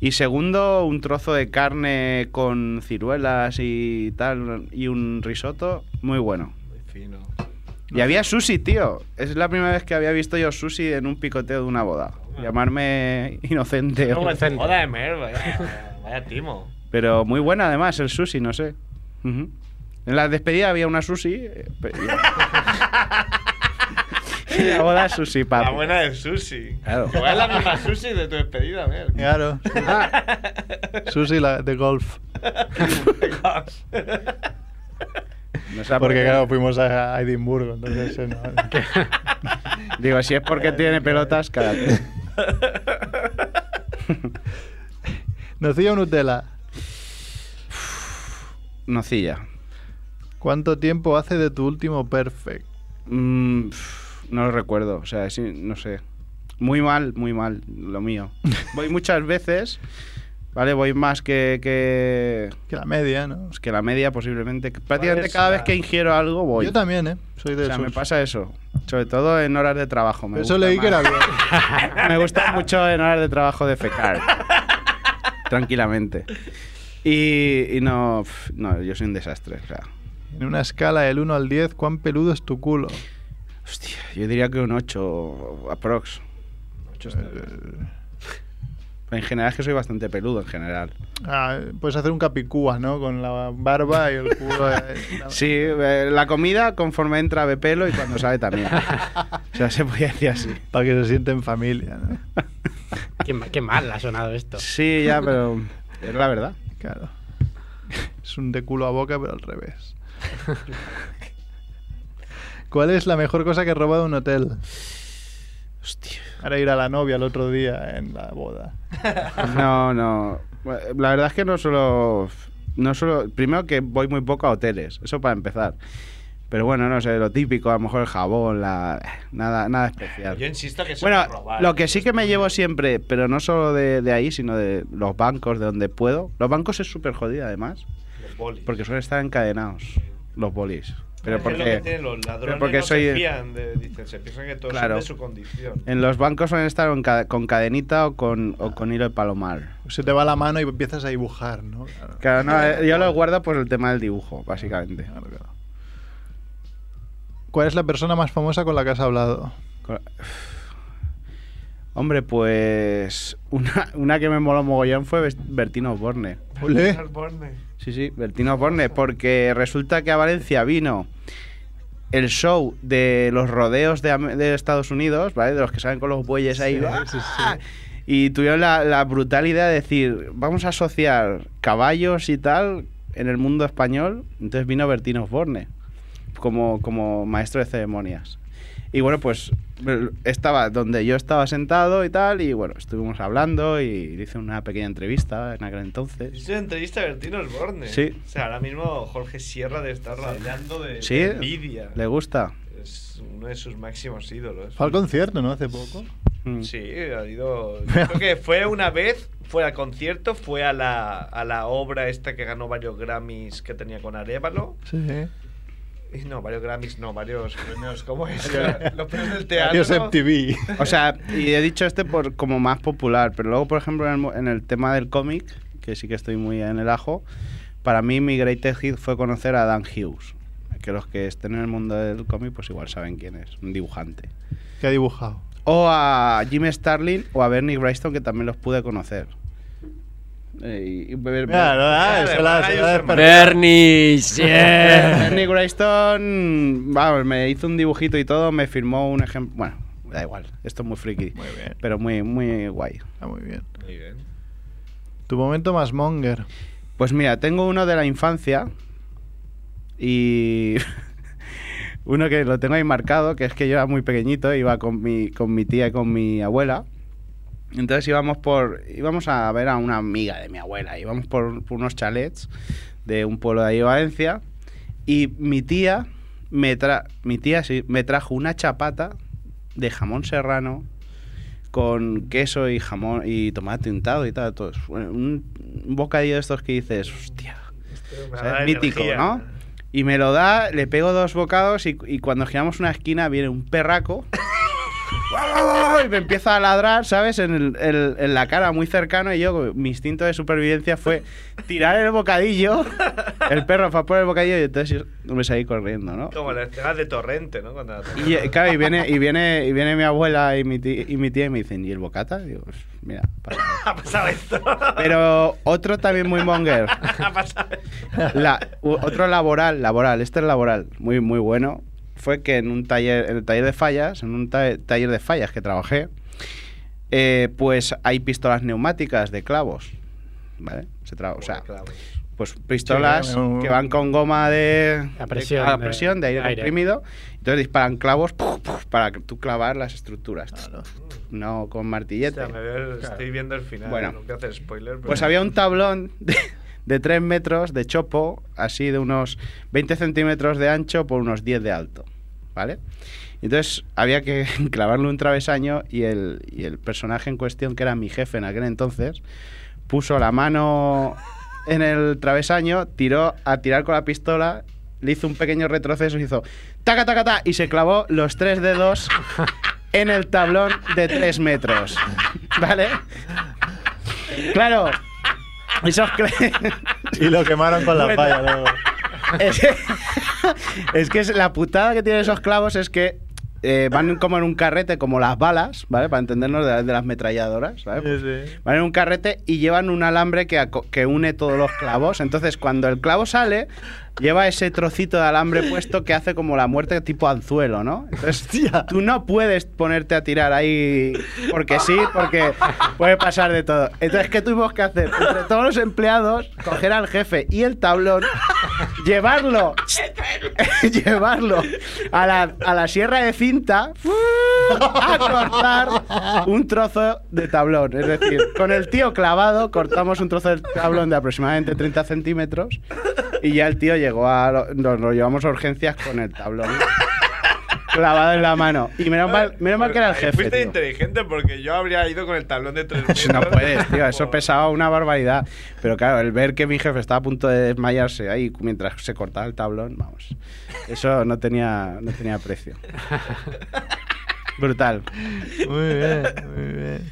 Y segundo, un trozo de carne con ciruelas y tal, y un risotto, muy bueno.
Muy fino.
Y había sushi, tío. Es la primera vez que había visto yo sushi en un picoteo de una boda. Llamarme inocente.
No, pues,
inocente.
boda de merda. Vaya, vaya timo.
Pero muy buena además el sushi, no sé. Ujú. En la despedida había una sushi. eh, pe- y- y la boda sushi, papi.
La buena de sushi.
Claro.
Igual es la misma sushi de tu despedida, Ah. a ver.
Claro. Susi, la de golf.
No sé por
Porque,
qué.
claro, fuimos a a Edimburgo. Entonces, eh, no.
Digo, si es porque tiene pelotas, cállate.
Nocilla o Nutella.
Nocilla.
¿Cuánto tiempo hace de tu último perfect?
Mm, pf, no lo recuerdo, o sea, sí, no sé. Muy mal, muy mal, lo mío. Voy muchas veces, ¿vale? Voy más que, que,
Que la media, ¿no?
pues que la media posiblemente. Prácticamente
es
cada
la-
vez que ingiero algo voy.
Yo también, ¿eh? Soy de
O sea, me
esos.
pasa eso. Sobre todo en horas de trabajo. Me
Eso
gusta
leí que era
más.
bien.
Me gusta mucho en horas de trabajo defecar. Tranquilamente. Y, y no, pf, no, yo soy un desastre. o sea,
En una escala del 1 al 10, ¿cuán peludo es tu culo?
yo diría que un 8 aprox. Eh, En general es que soy bastante peludo en general.
Ah, puedes hacer un capicúa, ¿no? Con la barba y el culo. eh, la-
Sí, eh, la comida conforme entra ve pelo y cuando sale también. o sea, se podía decir así.
para que se sienten familia, ¿no?
Qué, ma- qué mal ha sonado esto.
Sí, ya, pero es la verdad.
Claro. Es un de culo a boca, pero al revés. ¿Cuál es la mejor cosa que has robado de un hotel?
Hostia.
Ahora ir a la novia el otro día en la boda.
No, no. La verdad es que no solo. No solo primero que voy muy poco a hoteles, eso para empezar. Pero bueno, no sé, lo típico, a lo mejor el jabón, la... nada, nada especial.
Yo insisto que se
Bueno,
va a robar.
lo que sí que me llevo siempre, pero no solo de, de ahí, sino de los bancos, de donde puedo. Los bancos es súper jodida, además,
Los bolis.
porque suelen estar encadenados, los bolis. Pero
Es que es lo que tienen
porque
los ladrones
pero porque
no
soy-
se fían de- dicen, se piensan que todos
Claro.
son de su condición.
en los bancos suelen estar con, ca- con cadenita o con, o con hilo de palomar.
Se te va la mano y empiezas a dibujar, ¿no? Claro,
Claro, no, eh, yo los guardo por el tema del dibujo, básicamente.
claro, claro. ¿Cuál es la persona más famosa con la que has hablado?
Co- Hombre, pues una, una que me moló mogollón fue Bes- Bertino Osborne.
Ole.
Sí, sí, Bertino Osborne, porque resulta que a Valencia vino el show de los rodeos de, Am- de Estados Unidos, ¿vale? De los que salen con los bueyes ahí. ¡ah! Y tuvieron la, la brutal idea de decir, vamos a asociar caballos y tal en el mundo español. Entonces vino Bertino Osborne como, como maestro de ceremonias. Y bueno, pues estaba donde yo estaba sentado y tal, y bueno, estuvimos hablando y le hice una pequeña entrevista en aquel entonces.
Hice una entrevista a Bertino Osborne.
Sí.
O sea, ahora mismo Jorge Sierra debe estar hablando de,
Sí,
de envidia.
¿Le gusta?
Es uno de sus máximos ídolos.
Fue al concierto, ¿no? Hace poco.
Mm.
Sí, ha ido. yo Creo que fue una vez, fue al concierto, fue a la, a la obra esta que ganó varios Grammys que tenía con Arevalo.
Sí, sí.
Y No, varios Grammys, no, varios premios, ¿cómo es? Los premios del teatro.
Adiós MTV.
O sea, y he dicho este por, como más popular, pero luego, por ejemplo, en el, mo- en el tema del cómic, que sí que estoy muy en el ajo, para mí mi greatest hit fue conocer a Dan Hughes. Que los que estén en el mundo del cómic, pues igual saben quién es, un dibujante.
que ha dibujado.
O a Jim Starlin o a Bernie Bryston, que también los pude conocer. Eh, y- y ver-
Claro, ah, se la- se la ha despertado.
Bernie,
Bernie Grayston, vamos, me hizo un dibujito y todo, me firmó un ejemplo. Bueno, da igual, esto es muy friki,
Muy bien.
pero muy, muy guay.
Está muy bien.
Muy bien.
Tu momento más monger.
Pues mira, tengo uno de la infancia y uno que lo tengo ahí marcado, que es que yo era muy pequeñito, iba con mi, con mi tía y con mi abuela. Entonces íbamos por íbamos a ver a una amiga de mi abuela, íbamos por, por unos chalets de un pueblo de ahí de Valencia y mi tía me tra- mi tía sí, me trajo una chapata de jamón serrano con queso y jamón y tomate untado y tal, todo. eso. Bueno, un, un bocadillo de estos que dices, hostia, o sea, es mítico, ¿no? Y me lo da, le pego dos bocados y, y cuando giramos una esquina viene un perraco y me empieza a ladrar, ¿sabes? En, el- el- en la cara, muy cercano. Y yo, mi instinto de supervivencia fue tirar el bocadillo. El perro fue a por el bocadillo y entonces yo me salí corriendo, ¿no?
Como las escenas de torrente, ¿no? Cuando la-
Y eh, claro, y viene, y viene, y viene mi abuela y mi, tía, y mi tía y me dicen, ¿y el bocata? Y digo, "Pues, mira, pasa".
ha pasado esto.
Pero otro también muy monger.
ha pasado esto.
La- u- otro laboral, laboral, este es laboral, muy, muy bueno, fue que en un taller, en el taller de fallas, en un ta- taller de fallas que trabajé, eh, pues hay pistolas neumáticas de clavos. ¿Vale? Se tra- o sea,
Claro.
pues pistolas
Sí, un-
que van con goma de
A presión,
de, a
de-
presión, de aire,
aire.
comprimido. Entonces disparan clavos ¡puf, puf! para que tú clavar las estructuras. No con
O
martillete.
sea, me veo el- estoy viendo el final.
Bueno.
No voy a hacer spoiler. Pero...
Pues había un tablón de, de 3 metros de chopo, así de unos 20 centímetros de ancho por unos 10 de alto, ¿vale? Entonces había que clavarle un travesaño y el, y el personaje en cuestión, que era mi jefe en aquel entonces, puso la mano en el travesaño, tiró a tirar con la pistola, le hizo un pequeño retroceso y hizo taca, taca, ta, y se clavó los tres dedos en el tablón de 3 metros, ¿vale? Claro, Esos cre-
Y lo quemaron con la palla luego.
es, que- es que es la putada que tienen esos clavos es que eh, van como en un carrete, como las balas, ¿vale? Para entendernos de, de las metralladoras, ¿vale? Pues Van en un carrete y llevan un alambre que, aco- que une todos los clavos. Entonces, cuando el clavo sale, lleva ese trocito de alambre puesto que hace como la muerte tipo anzuelo, ¿no? Entonces, tú no puedes ponerte a tirar ahí porque sí, porque puede pasar de todo. Entonces, ¿qué tuvimos que hacer? Entre todos los empleados, coger al jefe y el tablón, llevarlo, llevarlo a la, a la sierra de cinta a cortar un trozo de tablón. Es decir, con el tío clavado cortamos un trozo de tablón de aproximadamente 30 centímetros y ya el tío llegó a... lo- nos lo llevamos a urgencias con el tablón clavado en la mano. Y menos mal, menos mal que era el jefe.
Fuiste
tío.
inteligente porque yo habría ido con el tablón de tres
Eso No puedes, tío. Eso pesaba una barbaridad. Pero claro, el ver que mi jefe estaba a punto de desmayarse ahí mientras se cortaba el tablón, vamos. Eso no tenía, no tenía precio. Brutal.
Muy bien, muy bien.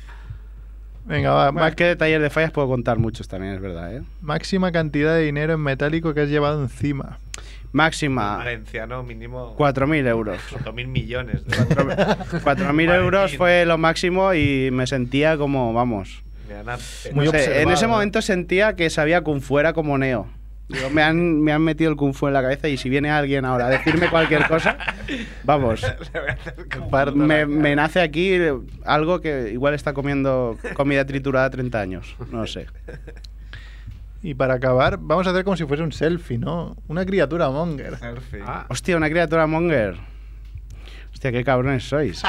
Venga, va.
Bueno, es que de taller de fallas puedo contar muchos también, es verdad, ¿eh?
Máxima cantidad de dinero en metálico que has llevado encima.
Máxima,
Valenciano, mínimo
4.000 euros.
4.000 millones. De
4.000 euros fue lo máximo y me sentía como, vamos.
Muy
no sé, en ese
observado, ¿eh?
momento sentía que sabía Kung Fu era como Neo. Digo, me, han, me han metido el Kung Fu en la cabeza y si viene alguien ahora a decirme cualquier cosa, vamos. me, me nace aquí algo que igual está comiendo comida triturada 30 años. No sé.
Y para acabar, vamos a hacer como si fuese un selfie, ¿no? Una criatura monger.
Eh, Ah,
Ah,
Hostia, una criatura monger. Hostia, qué cabrones sois.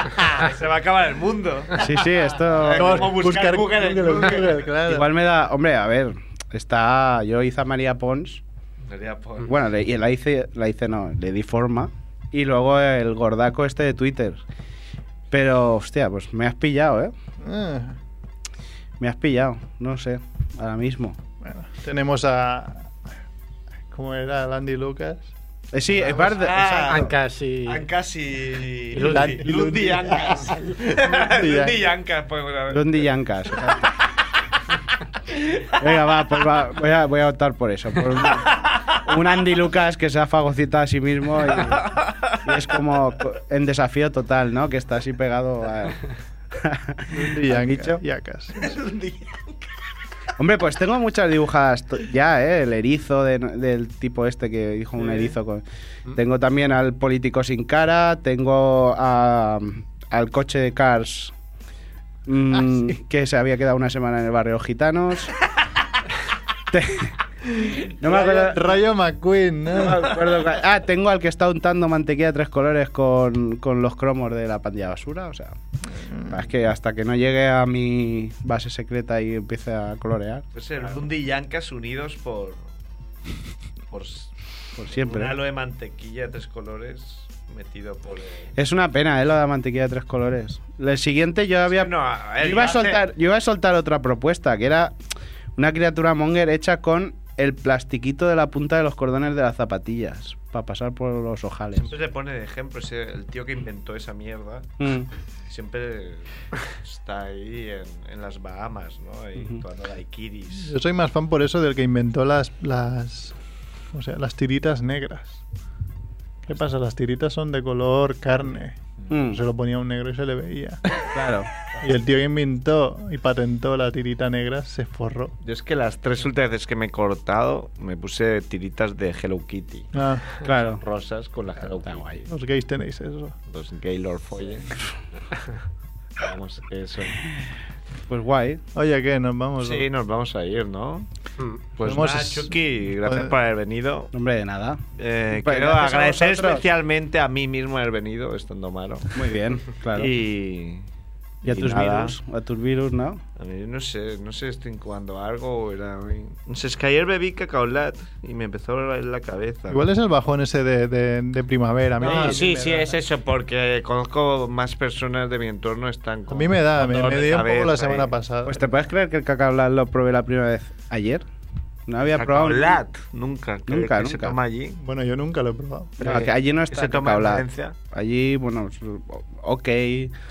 Se va a acabar el mundo.
Sí, sí, esto.
Como buscar, Google, en Google.
Igual me da. Hombre, a ver. Está. Yo hice a María Pons.
María Pons.
Bueno, le- y la hice. La hice, no. Le di forma. Y luego el gordaco este de Twitter. Pero, hostia, pues me has pillado, ¿eh?
Ah,
Me has pillado. No sé. Ahora mismo.
tenemos a. ¿Cómo era? el Andy Lucas.
Eh, sí, es
verdad.
verdad.
Ah,
Ancas y.
Ancas y.
Y Lundi.
Lundi. Lundi y Ancas. Lundi y Ancas, pues, bueno.
Lundi Yancas. exacto. Venga, va, pues va, voy, a, voy a optar por eso. por un, un Andy Lucas que se ha fagocitado a sí mismo y, y es como co- en desafío total, ¿no? Que está así pegado a.
Y Yanka-
al nicho.
Yacas.
Hombre, pues tengo muchas dibujadas to- ya, ¿eh? El erizo de- del tipo este que dijo un
Sí. Mm.
erizo. con- Tengo también al político sin cara, tengo a- al coche de Cars mm,
Ah,
que se había quedado una semana en el barrio Gitanos. Te- no me acuerdo.
Rayo, Rayo McQueen, ¿no?
no me acuerdo cuál- Ah, tengo al que está untando mantequilla de tres colores con, con los cromos de la pandilla basura. O sea,
Mm.
es que hasta que no llegue a mi base secreta y empiece a colorear,
Puede ser Pues, eh, Lundi y Ancas unidos por. Por,
por siempre.
Un halo de mantequilla de tres colores metido por. eh,
Es una pena, ¿eh? Lo de la mantequilla de tres colores. El siguiente yo había...
No, a ver,
yo iba, a
hace-
soltar, yo iba a soltar otra propuesta, que era una criatura monger hecha con el plastiquito de la punta de los cordones de las zapatillas, para pasar por los ojales.
Siempre se pone de ejemplo ese, el tío que inventó esa mierda.
Mm.
Siempre está ahí en, en las Bahamas, ¿no? Ahí actuando daiquiris.
Yo soy más fan por eso del que inventó las. las o sea, las tiritas negras. ¿Qué pasa? Las tiritas son de color carne.
Mm.
Se lo ponía un negro y se le veía.
Claro.
Y el tío que inventó y patentó la tirita negra se forró.
Yo es que las tres últimas veces que me he cortado me puse tiritas de Hello Kitty.
Ah,
Claro.
Rosas con la Hello Kitty.
los gays tenéis eso.
Los Gaylord Folle. Vamos, eso.
Pues guay.
Oye, ¿qué? Nos vamos.
Sí, nos vamos a ir, ¿no? Pues
Podemos-
nada, Chucky, gracias
Pod-
por haber venido.
Hombre, de nada.
Eh,
Pues
quiero
eh, gracias a
agradecer
vosotros.
especialmente a mí mismo haber venido, estando malo.
Muy bien, claro. Y,
Y,
a
y
tus
nada.
virus. A tus virus, ¿no?
A mí no sé, no sé, estoy incubando algo. o Era... No sé, es que ayer bebí cacaolat y me empezó a en la cabeza.
Igual es el bajón ese de, de- de primavera. A mí,
No, sí, sí, es eso, porque conozco más personas de mi entorno están
a
con...
mí me da, me,
dolor
me
de
dio un poco
cabeza
la
y-
semana pasada.
Pues te puedes creer que el cacao Blas lo probé la primera vez ayer. No había probado...
Cacaolat, nunca. que-
Nunca,
que se
nunca.
toma allí.
Bueno, yo nunca lo he probado.
No, que allí no está
se
el
toma
cacao
en
Blas.
Valencia.
Allí, bueno, ok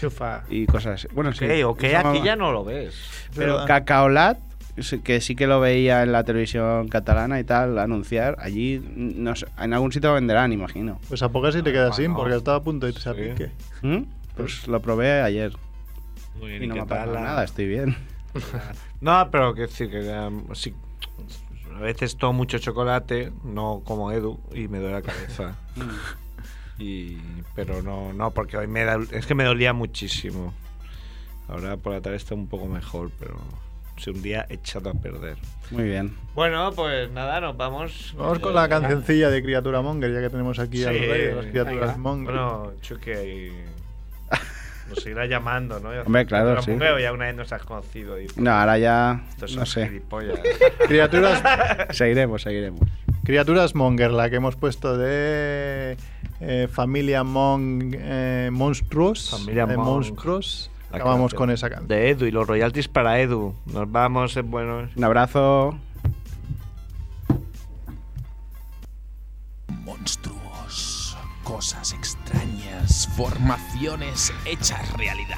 Chufa.
y cosas así. Bueno,
Ok,
sí.
ok,
Se llamaba-
aquí ya no lo ves.
Pero
¿Verdad?
cacaolat sí- que sí que lo veía en la televisión catalana y tal, anunciar, allí, no sé, en algún sitio lo venderán, imagino.
Pues a pocas si te
Ah,
quedas sin, porque estaba a punto de irse a pique.
¿Mm? Pues lo probé ayer.
Muy
y
¿y
no
qué
me ha
tal
pasado
la-
nada, estoy bien.
No, pero que decir que um, sí, a veces tomo mucho chocolate, no como Edu, y me duele la cabeza. y, pero no, no, porque hoy me da, es que me dolía muchísimo. Ahora por la tarde está un poco mejor, pero si un día echado a perder.
Muy bien.
Bueno, pues nada, nos vamos.
Vamos con la cancioncilla de Criatura Monger, ya que tenemos aquí
Sí,
al rey de las criaturas
venga.
Monger.
Ah, Bueno, Chuque nos seguirá llamando, ¿no?
Hombre, claro,
Pero
sí.
mujer, o ya una vez nos has conocido. dice.
No, ahora ya,
Estos son
no sé.
gilipollas.
Criaturas,
Seguiremos, seguiremos.
criaturas Monger, la que hemos puesto de eh, Familia Mong, eh, Monstruos.
Familia
de
Monk.
Monstruos.
La
Acabamos
canción
con esa canción.
De Edu y los royalties para Edu. Nos vamos, es bueno.
Un abrazo.
Monstruos, cosas extrañas, formaciones hechas realidad.